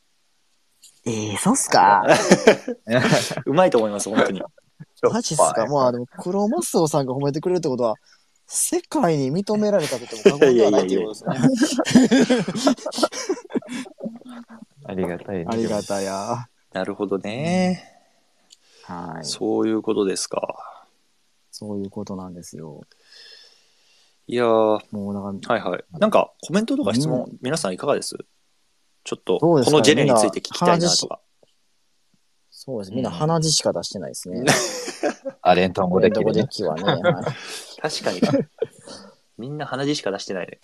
えー、そうっす かうまいと思います、本当に。 マジっすかまあでも、クロマスオさんが褒めてくれるってことは、世界に認められたことも過言ではないということですね。ありがたいね。ありがたや。なるほどね。はい。そういうことですか。そういうことなんですよ。いやー、もうなんか、はいはい。なんかコメントとか質問、皆さんいかがですちょっと、どうこですかのジェネについて聞きたいみんなな話しとか。そうです。みんな鼻血しか出してない ですね。あ、レントン語レでントきゴるデねッ。キはね。はい確かに。みんな鼻血しか出してないね。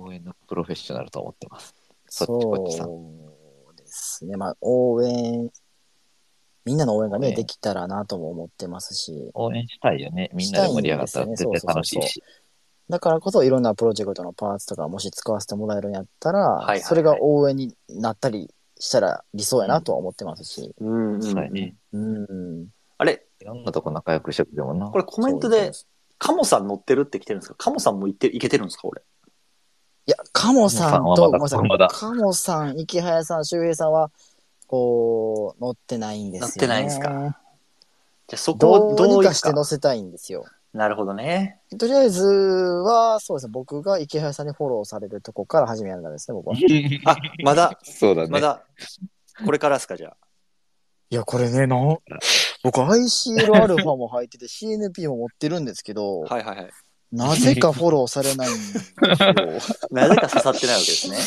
応援のプロフェッショナルと思ってます。 そっちこっちさそうですね。まあ、応援、みんなの応援がね、ねできたらなとも思ってますし、応援したいよね。みんなで盛り上がったしらたい絶んですよね対楽しいし。だからこそいろんなプロジェクトのパーツとかもし使わせてもらえるんやったら、いはいはいそれが応援になったりしたら理想やなとは思ってますし、うん、うそうやん。ね。うん。あれ、いろんなとこ仲良くしてくれもんな。これコメントで、カモさん乗ってるって来てるんですかカモさんも行って、行けてるんですか俺。いや、カモさんと、ごめんなさいまだカモさん、池早さん、周平さんは、こう、乗ってないんですよ、ね。乗ってないんですか。じゃあそこどをうどにういかうしてか乗。せたいんですよ。なるほどね。とりあえずは、そうですね、僕が池原さんにフォローされるとこから始めるんですね、僕は。いあ、まだ、そうだまね。だ、これからですかじゃや、これね、なん、僕 ICLα も入ってて CNP も持ってるんですけど、あ。はいはいはい。なぜかフォローされない んですよ。なぜか刺さってないわけですね。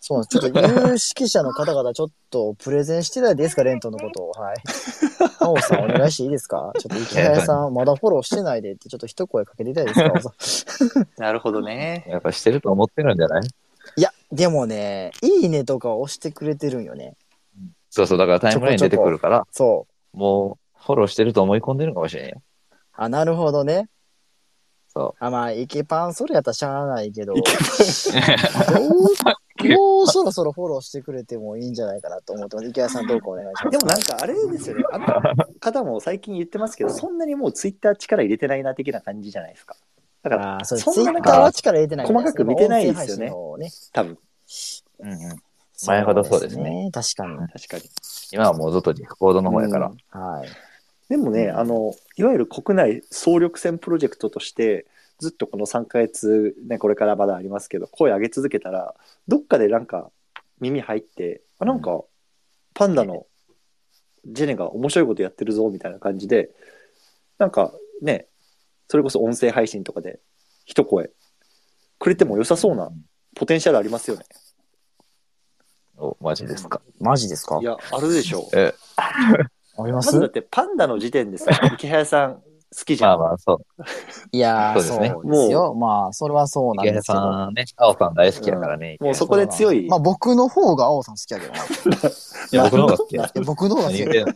そうなんです。ちょっと有識者の方々、ちょっとプレゼンしてないですか、レントのことを。はい。青さん、お願いしていいですかちょっと池原さん、まだフォローしてないでって、ちょっと一声かけていただ いていいですか青さなるほど ね。やっぱしてると思ってるんじゃないんいや、でもね、いいねとか押してくれてるんよね。そうそう。だからタイムラインちょ出こちょてこくるから、そう。もうフォローしてると思い込んでるかもしれんよ。あ、なるほどね。そあ、まあ、イケパンそれやったらしゃあないけど、どイケうもうそろそろフォローしてくれてもいいんじゃないかなと思ってます。池谷さんどうかお願いしまです。もなんかあれですよね。あの方も最近言ってますけど、そんなにもうツイッター力入れてないな的な感じじゃないですか。だから、あーそれそツイんなッター中は力入れてないみたいですね細かく見てないですよねまあ音声配信の多分。う。うんうん。前ほどそうですね。確かに。確かに。今はもうずっとリフコードの方やから。うんはい。でもね、うんあの、いわゆる国内総力戦プロジェクトとして、ずっとこの3ヶ月、ね、これからまだありますけど、声上げ続けたら、どっかでなんか耳入って、あ、なんか、パンダのジェネが面白いことやってるぞ、みたいな感じで、なんかね、それこそ音声配信とかで一声くれても良さそうなポテンシャルありますよね。お、マジですか。マジですかいや、あるでしょう。え、ありまますずだってパンダの時点でさ、池早さん好きじまゃあん。まあ、そう。いやー、そそううでですねすよ。まあ、それはそうなん池で田すけど。さんね、青さん大好きやからね。もうそこ。こで強いまあ、僕の方が青さん好きやけどな。いいや、僕の方が好きや。や僕の方が好 きやけ何言ってんの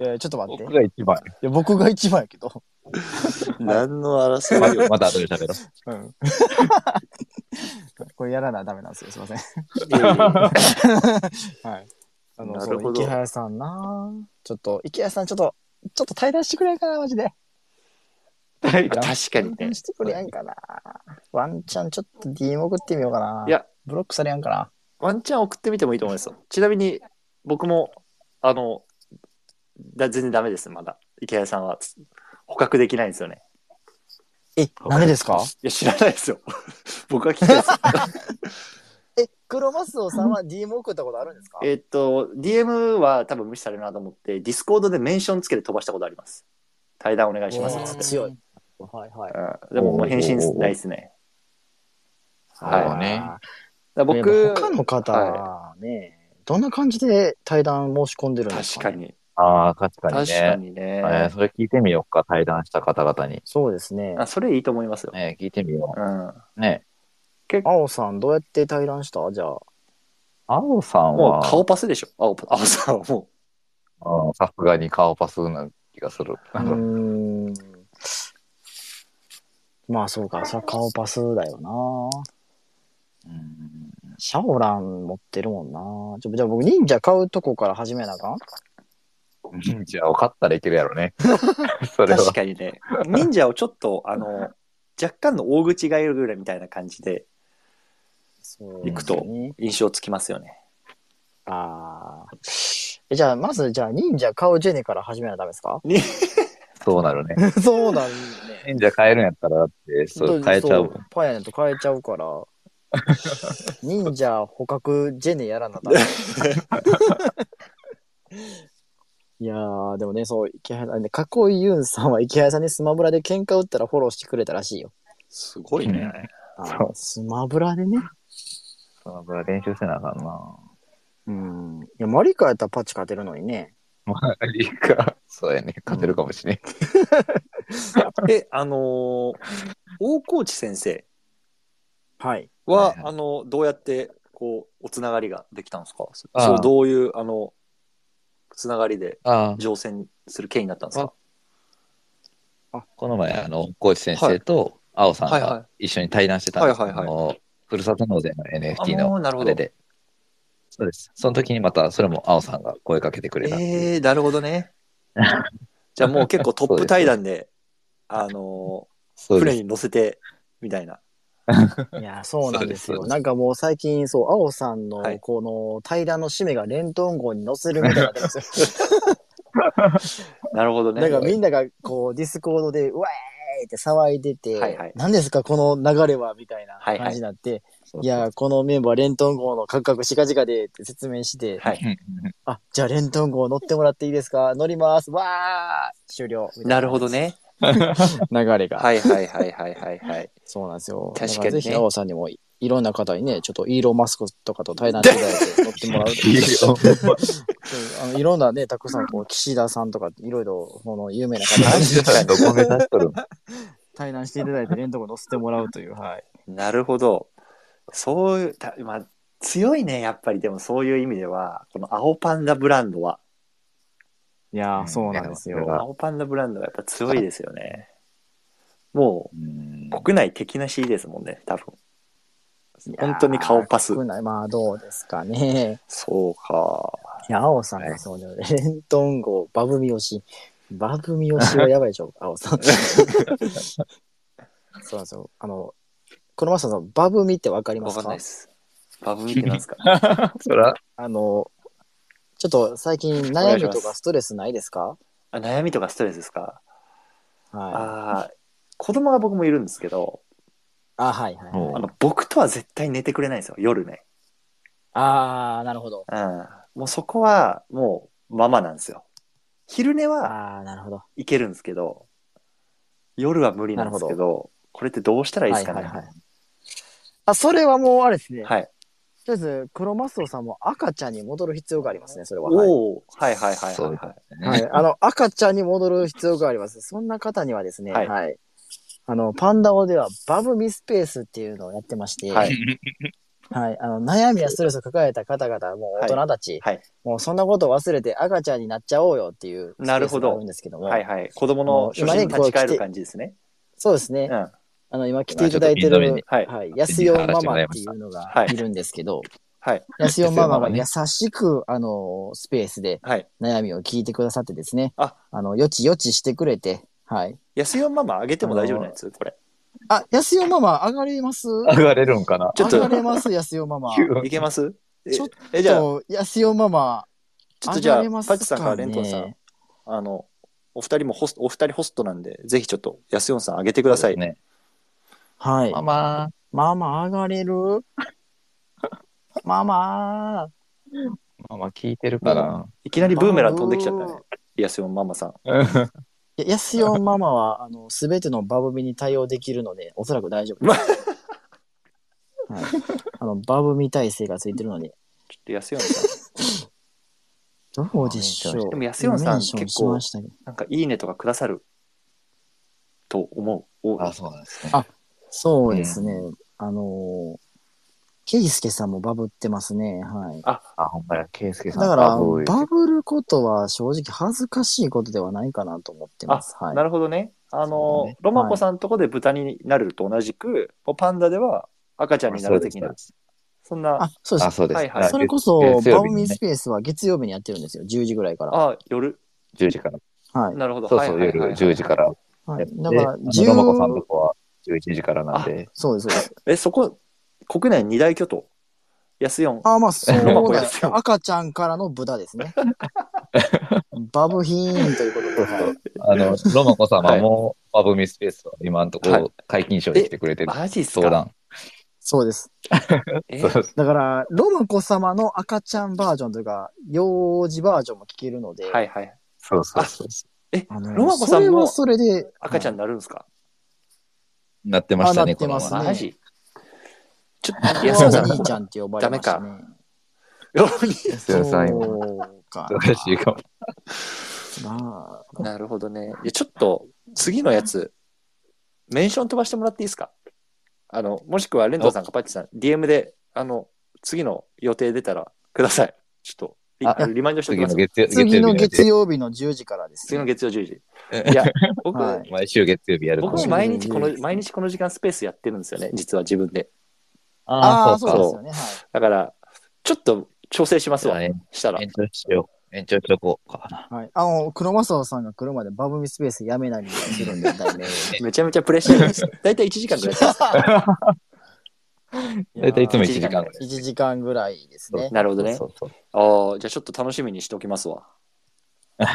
ど。いやちょっと待って。僕いが一番。や僕が一番やけど。 何の争いよりもまた後で喋ろう。うん。 これやらなダメなんですよ。すいません。はい。あの、なそるう、ほど池原さんなちょっと、池原さん、ちょっと、ちょっと対談してくれんかな、マジで。確かに対ね談。してくれやんかな。ワンチャン、ちょっと DM 送ってみようかな。いや、ブロックされやんかな。ワンチャン送ってみてもいいと思いますよ。ちなみに、僕も、あの、だ全然ダメです、まだ。池谷さんは。つ捕獲できないんですよね。え、ダメですかいや、知らないですよ。 僕は聞いてないです。え、黒マスオさんは DM 送ったことあるんですか えっと、DM は多分無視されるなと思って、ディスコードでメンションつけて飛ばしたことあります。対談お願いしますっつって。強い。 はいはい。うんでももう返信ないですね。はいそうね。だから僕、他の方はね、どんな感じで対談申し込んでるんです確か、かね、に。ああ、確かに確かね。にね。えーそれ聞いてみようか、対談した方々に。そうですね。あそれいいと思いますよ。ね聞いてみようん。う。ね青さん、どうやって対談したじゃあ。青さんもはう、顔パスでしょ。青パ青さんはも。うんさすがに顔パスな気がする。うーん。まあそうか、それは顔パスだよな。うんシャオラン持ってるもんな。ちょじゃあ僕、忍者買うとこから始めなあかんじゃあ、勝ったらいけるやろね。そ うれ確は。かにね。忍者をちょっと、あの、若干の大口がいるぐらいみたいな感じでそう、行くとね。印象つきますよね。ああ。えじゃあ、まず、じゃあ、忍者買うジェネから始めなダメです かそうなるね。そうなんね。忍者変えるんやったら、 だって、そう、変えちゃうもん。そパンやねんと変えちゃうから。 忍者捕獲ジェネやらなダメ。 いやー、でもね、そう、池原さんね、かっこいいユンさんは池原さんにスマブラで喧嘩打ったらフォローしてくれたらしいよ。すごいね。あそースマブラでね。そのぐらい練習せなあかんな。 うん。いや、マリカやったらパチ勝てるのにね。まあ、リーが、そうやね。勝てるかもしれん。え、あのー大河内先生はい。は、はいはいあの、どうやって、こう、おつながりができたんですかそああそうどういう、あの、つながりであ乗船する経緯になったんですかこの前、あの、高知先生と、青さんはいはいが一緒に対談してたんですはいはいはいあのふるさと納税の NFT あもうなるほのどあれで。そうです。その時にまた、それも青さんが声かけてくれた。えー、なるほどね。じゃあもう結 構トップ対談で、あのそーうで船す。に乗せて、みたいな。いや、そうなんですそうよ。ですなんかもう最近、そう、青さんのはいこの対談の締めがレントン号に載せるみたいになってますよ。 なるほどね。なんかみんながこうディスコードでうわーいって騒いでて、はいはい何ですかこの流れはみたいなはいはい感じになって、いそうやーこのメンバーレントン号のカクカクシカジカでって説明して、はいうんうんあ、じゃあレントン号乗ってもらっていいですか乗ります。わー終了。みたいなるほどね。な 流れが。はいはいはいはいはいはい。そうなんですよ。確かにねだらぜひ、青さんにもいいろんな方にね、ちょっとイーロン・マスクとかと対談していただいて乗っても らうと。いいよ。うんあのいろんなね、たくさんこう、岸田さんとか、いろいろ、この有名な方 マにジでどこ目指しとるん対談していただいて、レントン号乗せてもらうという、はい。 なるほど。そういう、たまあ、強いね、やっぱり。でもそういう意味では、この青パンダブランドは、いやうー、んそうなんですいやよ。青パンダブランドはやっぱ強いですよね。もうんう、国内的な CD ですもんね、多分。本当に顔パスいやー。少ないまあ、どうですかね。そうか。いや、青さんがそうね、レントン号、バブミヨシ。バブミヨシはやばいでしょ、青 さん。そうなんですよ。あの、このマスターさん、バブミってわかりまわすかんなかいです。バブミってなん ですかそら、あの、ちょっと最近悩みとかストレスないですかあ悩みとかストレスですかはい。ああ、子供が僕もいるんですけど、あ、はいはい。あもの、僕とは絶対寝てくれないんですよ、夜ね。ああ、なるほど。うん。もうそこは、もう、ママなんですよ。昼寝はああ、なるほど。いけるんですけど、夜は無理なんですけど、なこれってどうしたらいいではすいかね。はいははいい。あ、それはもうあれですね。とりあえず、黒マスオさんも赤ちゃんに戻る必要がありますね、それは。はいおお、はいはいはいそはうい、ではい。うはいね。あの、赤ちゃんに戻る必要があります。そんな方にはですね、ははいい。あの、パンダオではバブミスペースっていうのをやってまして、ははいい。あの、悩みやストレスを抱えた方々、もう大人たち、はいもうそんなことを忘れて赤ちゃんになっちゃおうよっていうスペなるーほスどがあるんですけども、はいはい。子供の初心に立ち返る感じですね。そうですねう。ん。あの、今来ていただいてまあちょっとピン止めにる、はいはい、安代ママっていうのがいるんですけど、はい。安代ママが安代マ優しく、あの、スペースではい。悩みを聞いてくださってですね、あの、よちよちしてくれて、はい。安代ママあげても大丈夫なんですこれ。あ、安代ママ上がります上がれるんかなちょっと上がれます、安代ママ。ちょいけますえちょっえ、じゃあ、っと、安代ママ、ちょっとじゃあ、上がれますパッチさんからかレねントンさん、あの、お二人もホスト、お二人ホストなんで、ぜひちょっと、安四さんあげてください。ね。はいマ。マ、ママ上がれる ママママ聞いてるかないきなりブーメラン飛んできちゃったね。安四ママさん。いや安代ママは、あの、すべてのバブミに対応できるので、おそらく大丈夫です。はい、あの、バブミ体制がついてるので、ちょっと安四さん。どうでしょう。でも安代さんメンションしましたけ どなんかいいねとかくださると思う。おあ、そうなんですね。あそうですね。あのー、ケイスケさんもバブってますね。はい。あ、ほんまや、ケイスケさん。だから、あそういうバブることは正直恥ずかしいことではないかなと思ってます。はいな。るほどね。あその、うだねロマコさんとこで豚になると同じく、もうパンダでは赤ちゃんになる的な、そんな、あ、そうであ、す。そうではいす。はいあそれこそ、バ月曜日ブにミねスペースは月曜日にやってるんですよ。10時ぐらいから。あ、夜、 10時から。はい。なるほど。そうそう、夜10時から。はやいっ、てだからあ、の10ロマコさんとこは11時からなんで。そうです、そうです。え、そこ、国内二大巨頭。安 四。あ、まあ、そうロマコだやってよ赤ちゃんからのブダですね。バブヒーンということで。はいあの、ロマコ様はいも、バブミスペースは今のとこはいろ解禁賞に来てくれてるマジっすか相談。そうです。えそうだから、ロマコ様の赤ちゃんバージョンというか、幼児バージョンも聞けるので、はいはい。そうそうそうそえ、あのロマコさんもそれはそれで、赤ちゃんはになるんですか、う。なってましたね、あなってますねこの前マジちょっいと、こ安こ四はさおん。兄ちゃんって呼ばれましたね。すいませんそう か。忙しいかも。まあ、なるほどね。いや、ちょっと、次のやつ、メンション飛ばしてもらっていいですかあの、もしくは、レントさんかパッチさん、DM で、あの、次の予定出たらください。ちょっと、リああのリマインドしておき次まのす。月曜日。次の月曜曜日の10時からです。次の月曜10時。日いや、僕、はい毎週月曜日やる僕とも思う。毎日この、毎日この時間スペースやってるんですよね、実は自分で。ああ、そうそうかですよね。はい。だから、ちょっと調整しますわそうだね、したら。延長しよう。延長しとこうかな。はい。あの、黒マサオさんが来るまでバブミスペースやめないようにするんで、題名をめちゃめちゃプレッシャーです。だいたい1時間くらい です。だいたいいつも1一時時間間ぐぐらら1時間ぐらいですね。なるほどい。ねそ。うそう。ああ、じゃあちょっと楽しみにしておきます わ。バ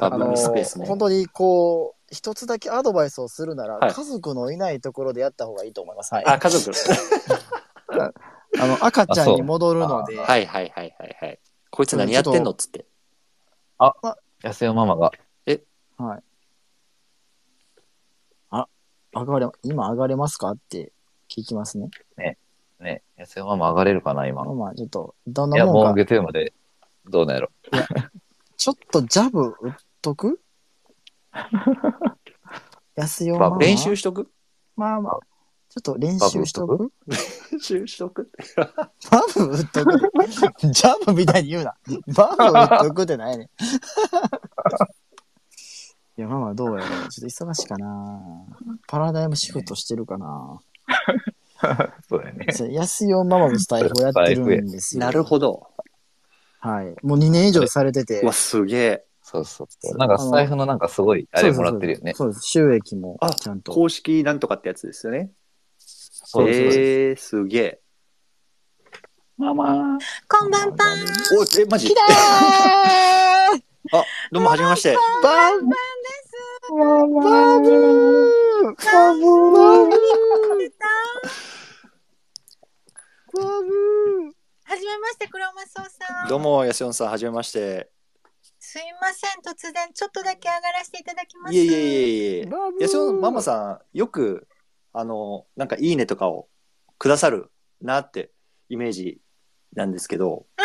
あブのルスペースね。本当にこう、一つだけアドバイスをするなら、はい家族のいないところでやった方がいいと思います。はい。あ、あ家族。の、赤ちゃんに戻るので、はいはいはいはいはい。こいつ何やってんのっつって。安代ママが。はい。あ、上がれ、今上がれますかって聞きますね。ね、安代ママ上がれるかな、今まあの。まあ、ちょっと、どんいや、なももうんか、月曜まで、どうなんやろ。ちょっとジャブ打っとく安よ、まあまあ、練習しとくまあまあ、ちょっと練習しとく練習しとくバブ打っとくで。ジャブみたいに言うな。バブ打っとくってないね ん。いや、ママどうやろうちょっと忙しいかな。パラダイムシフトしてるかな。そうだよね。そう安代ママのスタイフをやってるんですよ。なるほど。ど。はい。もう2年以上されててうわ、。すげえ。そうそうそう。なんかスタイフのなんかすごい、あれもらってるよね。そうです。そうです収益もあちゃんと。公式なんとかってやつですよね。そうそうそう。えー、すげえ。まあまあ。こんばんぱん。おえ、マジきだーあ、どうも、はじめまして。バンバブーバブーバブーはじめまして、黒マソウさん。どうも、やすよんさん、はじめまして。すいません、突然ちょっとだけ上がらせていただきます。いえいえいえいえ。バブーやすよん、ママさん、よく、あの、なんか、いいねとかをくださるなって、イメージなんですけど、あ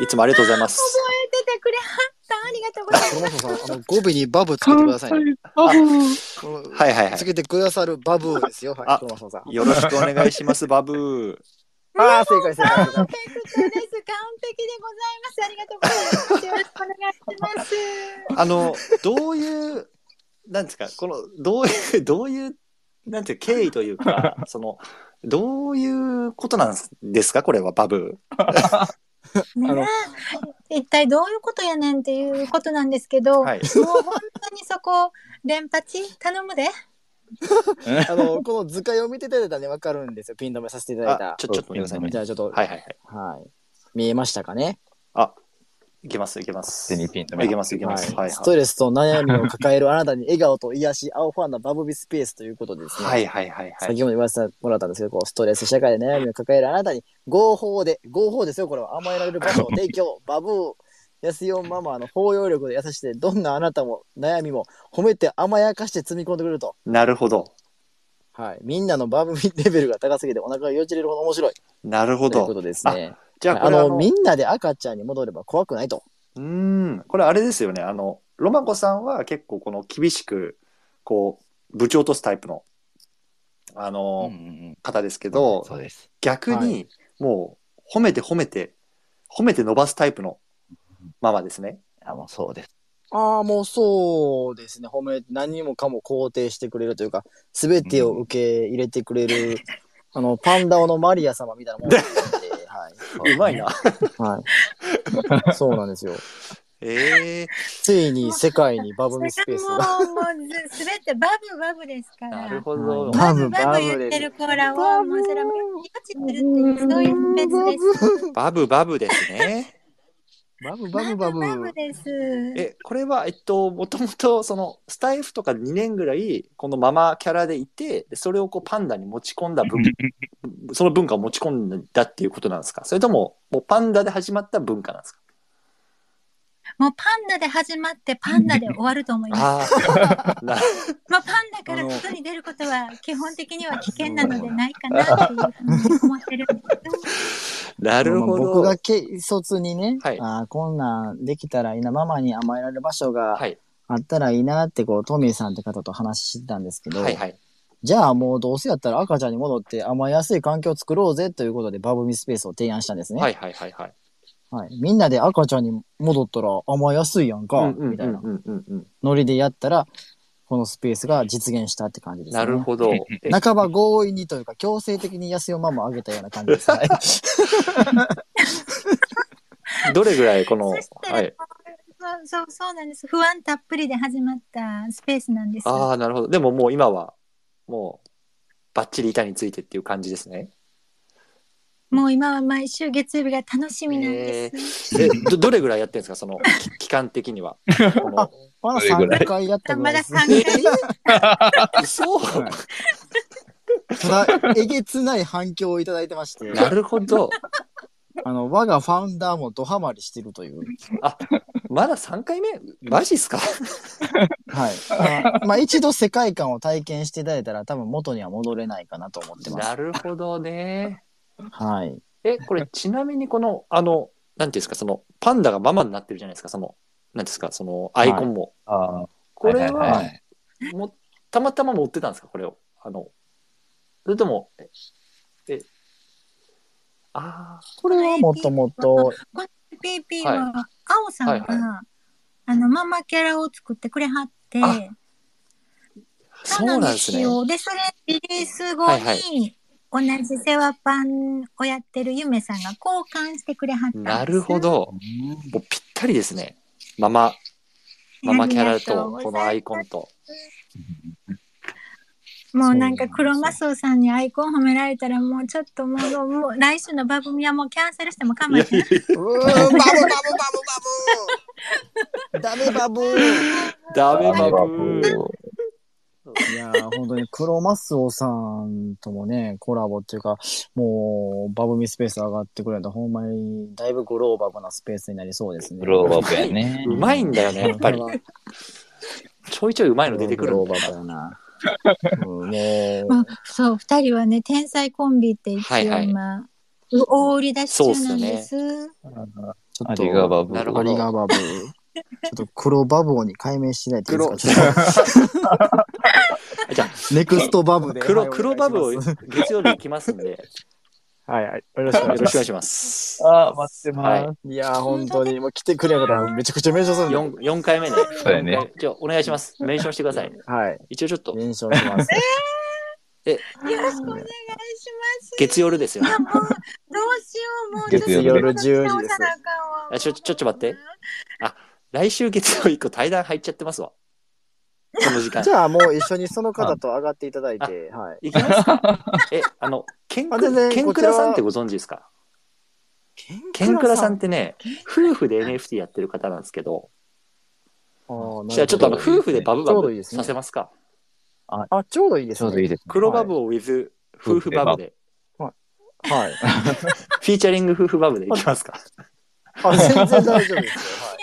ーいつもありがとうございます。覚えててくれはった。ありがとうございます。黒松さん、あの語尾にバブつけてくださいね。このはいはいはつけてくださるバブーですよ。はいあ、黒松さんい。。よろしくお願いします、バブああ、正解正解正解。ペクトです。完璧でございます。ありがとうございます。よろしくお願いします。ー。あの、どういう、なんですか、この、どういう、 どういう、なんていう経緯というか、その、どういうことなんですか、これは、バブあのねえ、一体どういうことやねんっていうことなんですけど、ー。はい。もう本当にそこ連発頼むで。あの、この図解を見ていただいたらね、わかるんですよ。ピン止めさせていただいあた、ち。ょ、ちょっと待ってくださいね。じゃあちょっと、ははいはいはい。い。見えましたかねいけます、いけます。勝手にピン止めいけます、いけます。はいストレスと悩みを抱えるあなたに笑顔と癒し、青ファンのバブビスペースということでですね。はいはいはいはい。先ほど言わせてもらったんですけど、こうストレス社会で悩みを抱えるあなたに合法で、合法ですよ、これは甘えられる場所を提 供、バブー、安代ママの包容力で優しくて、どんなあなたも悩みも褒めて甘やかして積み込んでくれると。なるほど。はい。みんなのバブビレベルが高すぎてお腹がよじれるほど面白いなるほというこど。とですね。じゃあ、あこれあのの、みんなで赤ちゃんに戻れば怖くないと。うーん、これあれですよね。あの、ロマコさんは結構この厳しく、こう、ぶち落とすタイプの、あの、方ですけど、そうです。逆はに、もう、褒めて褒めて、褒めて伸ばすタイプのママですね。あ、もうそうです。ああ、もうそうですね。褒め、何もかも肯定してくれるというか、すべてを受け入れてくれる、あの、パンダオのマリア様みたいなもんなんで、はい。うまいな。はい。そうなんですよ。ええついに世界にバブそミスペれースもが。う、もうず、すべてバブバブですから。なるほど。ババブブバブバブです言ってるコーラを、もうそれはもう、命するっていう、そういう別です。バブバブですね。バブバブバブ。バブです。え、これは、えっと、もともと、その、スタイフとか2年ぐらい、このママキャラでいて、でそれをこう、パンダに持ち込んだ文、その文化を持ち込んだっていうことなんですかそれとも、もうパンダで始まった文化なんですかもうパンダで始まって、パンダで終わると思います。ああ、 なまあ、パンダから外に出ることは基本的には危険なのでないかなっていうふうに思ってるん ですなるほど。僕が軽率にね、はいああ、こんなんできたらいいな、ママに甘えられる場所がはい、あったらいいなって、こう、トミーさんって方と話してたんですけど、はいはい。じゃあもうどうせやったら赤ちゃんに戻って甘えやすい環境を作ろうぜということでバブミスペースを提案したんですね。はいはいはいはい。はいみんなで赤ちゃんに戻ったら甘えやすいやんか、うんうんみたういんなうんうんうんノリでやったら、このスペースが実現したって感じですね。なるほど。え半ば強引にというか、強制的に安代ママをあげたような感 じです。はい。どれぐらいこの、そはしたらい。そうそうそうなんです不安たっぷりで始まったスペースなんですああ、なるほど。でももう今は、もう、バッチリ板についてっていう感じですね。もう今は毎週月曜日が楽しみなんです、え、ど、 どれぐらいやってるんですかその、き期間的には。こ のまだ3回やったぐまらいだです、 3回そうはいただ、えげつない反響をいただいてまして、なるほど。あの、我がファウンダーもドハマりしてるという。まだ3回目マジっすかはい。 あのまあ一度世界観を体験していただいたら多分元には戻れないかなと思ってます。なるほどね。はい。え、これちなみにこの、あの、なんていうんですか、その、パンダがママになってるじゃないですか、その、なんですか、その、アイコンも。ああ、これはいはいはは、いも、たまたま持ってたんですか、これを。あの、それとも、え、えあこれはもともと、 PP はいは青さんが、はいあのママキャラを作ってくれはってああ、そそううななんんでですすね。よ。で、それリリース後に、はいはい同じ世話パンをやってるゆめさんが交換してくれはったんです。なるほ。ど。もうぴったりですね。ママ、ママキャラと、このアイコンと。もうなんか黒マスオさんにアイコン褒められたらもうちょっともうもう来週の番組はもうキャンセルしても構いえやいやてないーん、バブバブバブバブ。ダメバブダメババブブいやー、本当に、黒マスオさんともね、コラボっていうか、もう、バブミスペース上がってくれたら、ほんまに、だいぶグローバルなスペースになりそうですね。グローバルやね。うまいんだよねやっぱりちょいちょいうまいの出てくるんグだローバルだな。うん もまあ、そう二人はね天才コンビって一応はい今、はいお大売り出し中なんでちすょあっと、りがバブ。なるほアどリガバブ。ちょっと黒バブオに改名しないといいです黒かちょっじゃあとネクストバブで。黒はい黒バブをお願いします月曜日行きますんでよはいはい。よろしくお願ろいししくまお願いす。しますあ、待って。ますいやー、本当に、もう来てくれたらめちゃくちゃ名称するんで。四四回目ねそうやねじゃあお願いしますメンションしてくださいはい。一応ちょっと連勝します。よろしくお願いし月曜日ですよますもうどうしようもう月曜日夜10時ですあちょちょっと待って来週月曜一個対談入っちゃってますわこの時間じゃあもう一緒にその方と上がっていただいて、はい。いきます かえ、あの、ケンあ全ク然ケンクラさんってご存知ですかケンクラさんっ。てね、夫婦で NFT やってる方なんですけど、あーじゃあちょっとあの、なるほ夫婦でバブバちょうどいいブですねさせますか。どあ、ちょうどいいでちすょうどいいね。ですね。黒バブを with 夫婦バブで、はい。フィーチャリング夫婦バブでいきますか。あ、全然大丈夫です よ。はい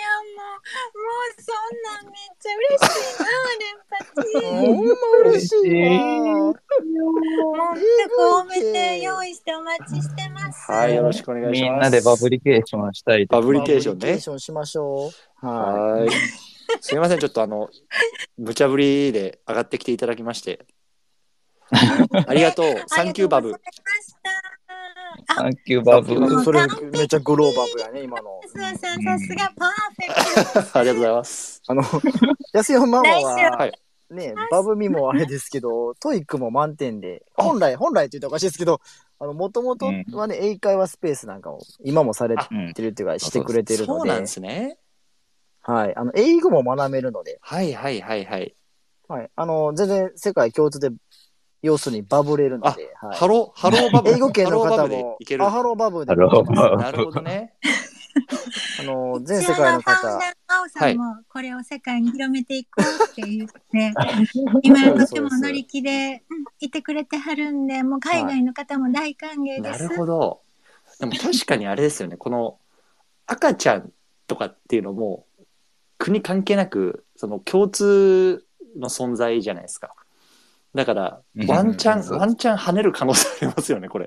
いやもうもうそんなんめっちゃ嬉しいな連ほ発んま嬉しいわ。もうすぐ多めて用意してお待ちしてますはい、よろしくお願いします。みんなでバブリケーションしたりとバか。ブリケーションコミュニケねー。ションしましょう。ははーい。すみません、ちょっとあの、無茶ぶりで上がってきていただきま して。ありがとう。サンキューバブ。サンキューバブ。ブい。それめっちゃグローバブやね、今の。さすさんさすがパーフェクトありがとうございます。あの、 安代ママは、はいね、バブミもあれですけど、トイックも満点で、本来、本来って言うとおかしいですけど、あの、もともとはね、英会話スペースなんかを今もされうんてるっていうか、してくれてるそのうで、なんですね。はい。あの、英語も学べるので、はいはいはいはい。はい。あの、全然世界共通で、要するにバブれるので、はい。ハロー、ハローバブ。英語圏のハローバ方ブでもいけ、るあ。ハローバブで、ハローバブなるほどね。あの、全世界の一応ファウン方ダー、あおさんもこれを世界に広めていこうって言って、今とても乗り気でうんいてくれてはるんで、もう海外の方も大歓迎でなす。るほど。でも確かにあれですよね。この赤ちゃんとかっていうのも国関係なくその共通の存在じゃないですか。だからうんワンチャン、そうワンチャン跳ねる可能性ありますよね。これ。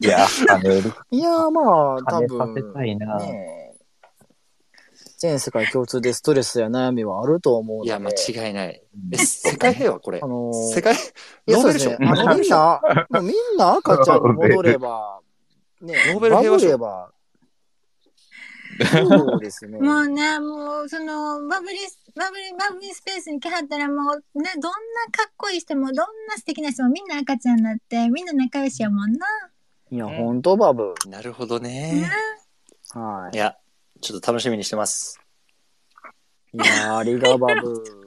いや、跳ねる。いやーまあ、多跳ねさせ分、たいな。ねえ全世界共通でストレスや悩みはあると思うのいで。や間違いない。うんえ世界平和これあ。のー世界いノーやそベうでル賞。すね。ノあーベのルみん賞。な、もうみんな赤ちゃんに戻 れば、ねえ、ノーベル平和賞バブれば。そうです ね。もうね、もうそのバブリスバブリバブリスペースに来はったらもうね、どんなかっこいい人もどんな素敵な人もみんな赤ちゃんになってみんな仲良しやもんな。いや、ほんとバブ。なるほどね。はいや、ちょっと楽しみにしてます。い。いやー、ありがバ ブ。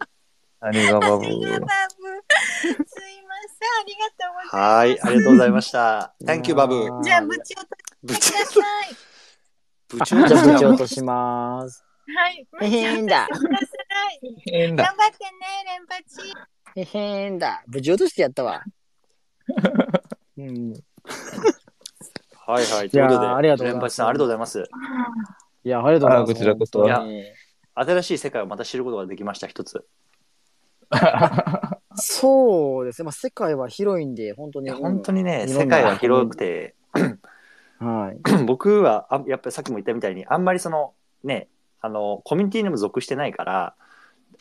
何がバブありがとうすいません、ありがとうございます。はい、ありがとうございました。Thank you, バブ。じゃあ、ぶち落部とし長てください。部長じじゃあ、ぶゃちん落とします。はい。へへんだ。ください。変だ。頑張ってね、連発。へへんだ。ぶち落としてやった わ。うん、いはいはい。ということで、いやーありがとうござ連います八さんありがとうございます。や、ありがとうございます。あこちらこそ本当に新しい世界をまた知ることができました一つ。そうですね。まあ、世界は広いんで、本当いに。や本当にね、うん世界は広くて、うんはい。 僕はあやっぱりさっきも言ったみたいに、あんまりそのね、あのコミュニティにも属してないから、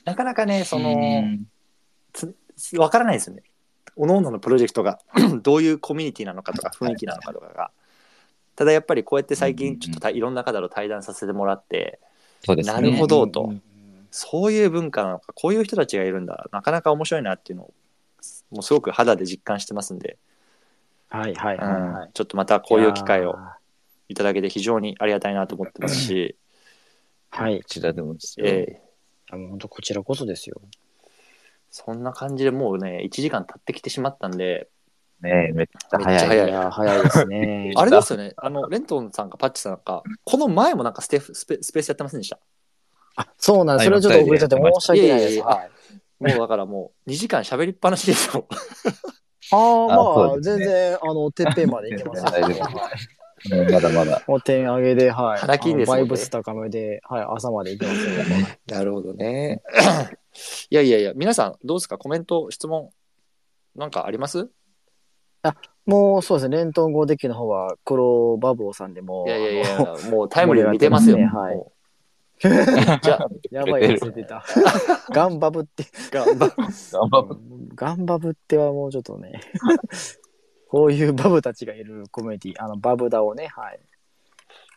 なかなかね、その、わからないですよね。各々のプロジェクトが どういうコミュニティなのかとか雰囲気なのかとかが。ただやっぱりこうやって最うんう近んちょっとたいろんな方と対談させてもらって、そうですね。なるほどうとんうん、そういう文化なのか、こういう人たちがいるんだ、なかなか面白いなっていうのを、もうすごく肌で実感してますんで、はいはいうんはいはい。ちょっとまたこういう機会やをー。いただけて非常にありがたいなと思ってますし、はいこ。ちらでもですよ。えあもう本当こちらこそですよ。そんな感じでもうね、1時間経ってきてしまったんで、ねえ、めっちゃめっちゃ早い。早い。い。や、早いですね あれですよね、あの、レントンさんかパッチさんか、この前もなんかステフスペスペースやってませんでした。あ、そうなんです。それはちょっと遅れちゃって申しい訳やないいやいです。や、はいもうだからもう2時 間喋りっぱなしですよ。ああ、まそあ、うです全ね然、あの、てっぺんまでいけます、ね。全然大丈うんまだまだ。お点上げで、はい。腹筋ですもんあねのバイブス高めで、はい、朝までいけますね。なるほどね。 いやいやいや、皆さんどうですかコメント、質問、なんかありますもう、そうですね、レントンゴデッキの方は、黒バブオさんでも、いやいやいや、もうタイムリーで見てますよ。盛り上がってもうじゃあ、あのやばい、忘れ てた。ガンバブって、頑張頑張っガンバブってはもうちょっと ね、こういうバブたちがいるコミュニティ、あの、バブダをね、はい。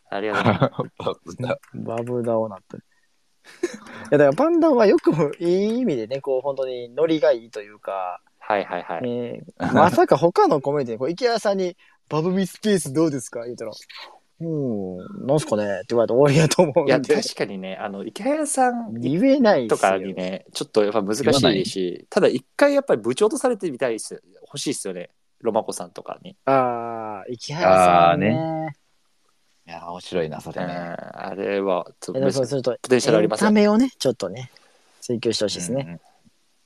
ありがとうございます。た。バブダオなってる。いやだからパンダはよくもいい意味でね、こう本当にノリがいいというか、はいはいはい。え ーまさか他のコミュニティでこう池谷さんに「バブミスペースどうですか?」言うたら「うんなんすかね?」って言われて終わりやと思ういや、んで確かにね、あの、池原さん言えないっとすかよにね、ちょっとやっぱ難しいし、ただ一回やっぱり部長とされてみたいです、欲しいですよね。ロマコさんとかに。ああ池谷さんねあいや、面白いな、そうんれね。あれは、ちょっえでもそうとするとポテンシャルありますよエンタメをねちょっとね追求してほしいですね、ね。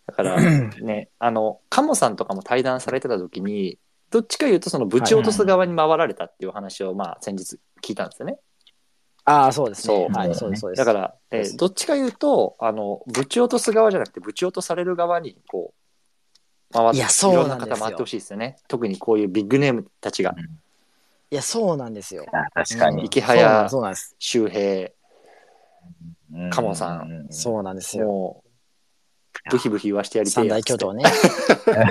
だからね、あの、カモさんとかも対談されてた時に、どっちか言うとその部長とす側に回られたっていう話を、まあ先日聞いたんですよね。ああそうですねそうはいそうですそうですだから、えーですどっちか言うと、あの、ぶち落とす側じゃなくて、ぶち落とされる側に、こう、回って、いやそうろんななんですよ方回ってほしいですよね。特にこういうビッグネームたちが、いやそうなんですよあ確かに。池早そうなんです周平、うカモさん。う。そうなんですよもう、ブヒブヒ言わしてやりたい三や大つっ巨て頭 ね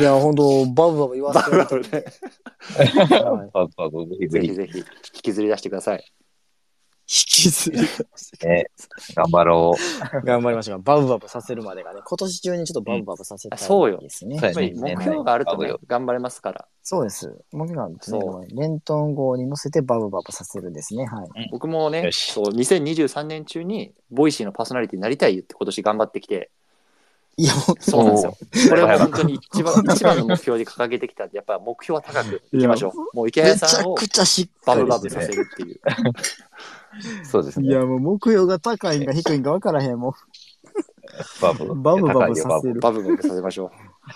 いや本当バブバブ言わせてもらってねはいそうそう、ぜ ひぜぜひひ。ぜひ、引きずり出してください。引きずりね頑張ろう。頑張りましょう。バブバブさせるまでがね、今年中にちょっとバブバブさせたあそういよですね。そうやっぱり目標があるとね、頑張れますから。そうです。もちろんですね、そうこれレントン号に乗せてバブバブさせるんですね。はい。僕もね、よしそう、2023年中に、ボイシーのパーソナリティになりたいって今年頑張ってきて、いや、もうそうなんですよ。これはは本当に一 番一番の目標で掲げてきたんで、やっぱ目標は高くいき ましょう。もう池め谷ちさゃんをくちゃしっバかブりバしブてさる。せるっていう。そうですいね。や、もう目標が高いんか低いんか分からへんもバブ。ん。バブバブいやさ高いよせる。バブバブさせましょ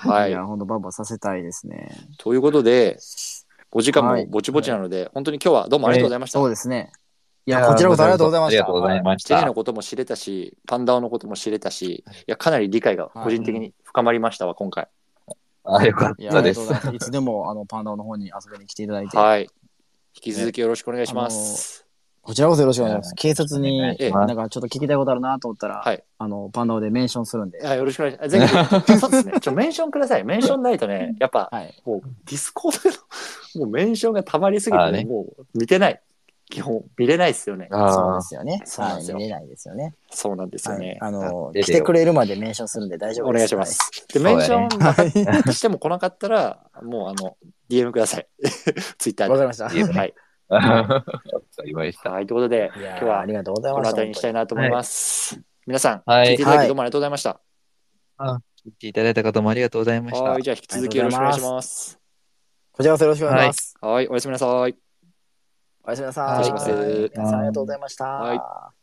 う。はいいや、。ほんとバブバブさせたいですね。ということで、お時間はもいぼちぼちなので、本当に今日はどうもありがとうございましたそう。ですね。いや、こちらこそありがとうございましあたりがとうございましジェネたの。ことも知れたし、パンダオのことも知れたし、いや、かなり理解が個人的に深まりましたわ、今回。あ、よかっいや、たありがでとうごすざい。ます。いつでも、あの、パンダの方に遊びに来ていただいて。はい。引き続きよろしくお願いします。こちらこそよろしくお願いします。警察に、ええなんかちょっと聞きたいことあるなと思ったら、はいあの、パンダオでメンションするんで。あよろしくお願いします。ぜひ、そうですね。ちょ、メンションください。メンションないとね、やっぱ、はい。もうディスコードの もうメンションがたまりすぎてあーね、ねもう見てない。基本見れないですよね。 そうあであ、すよね。そうなんですよはい、見れないですよね。そうなんですよね。はい、あの、出来てよてくれるまでメンションするんで大丈お夫願でいしす。まはいす。で、メンションそまたしても来なかったら、もうあの、DM ください。 ツイッタわかーりました。で。はい。わかりました。はい、ということで、い今や日ーあはりがとうございこまのした。辺りにしたいなと思います。皆さん、はい聞いていただはきいどうもありがとうございました。聞いていただいた方もありがとうございましたは。い、じゃあ引き続きよろしくお願いします。こちらこそよろしくお願いします。はい、おやすみなさい。おやすみなおさやい。すみなさい皆さんありがとうございました。はい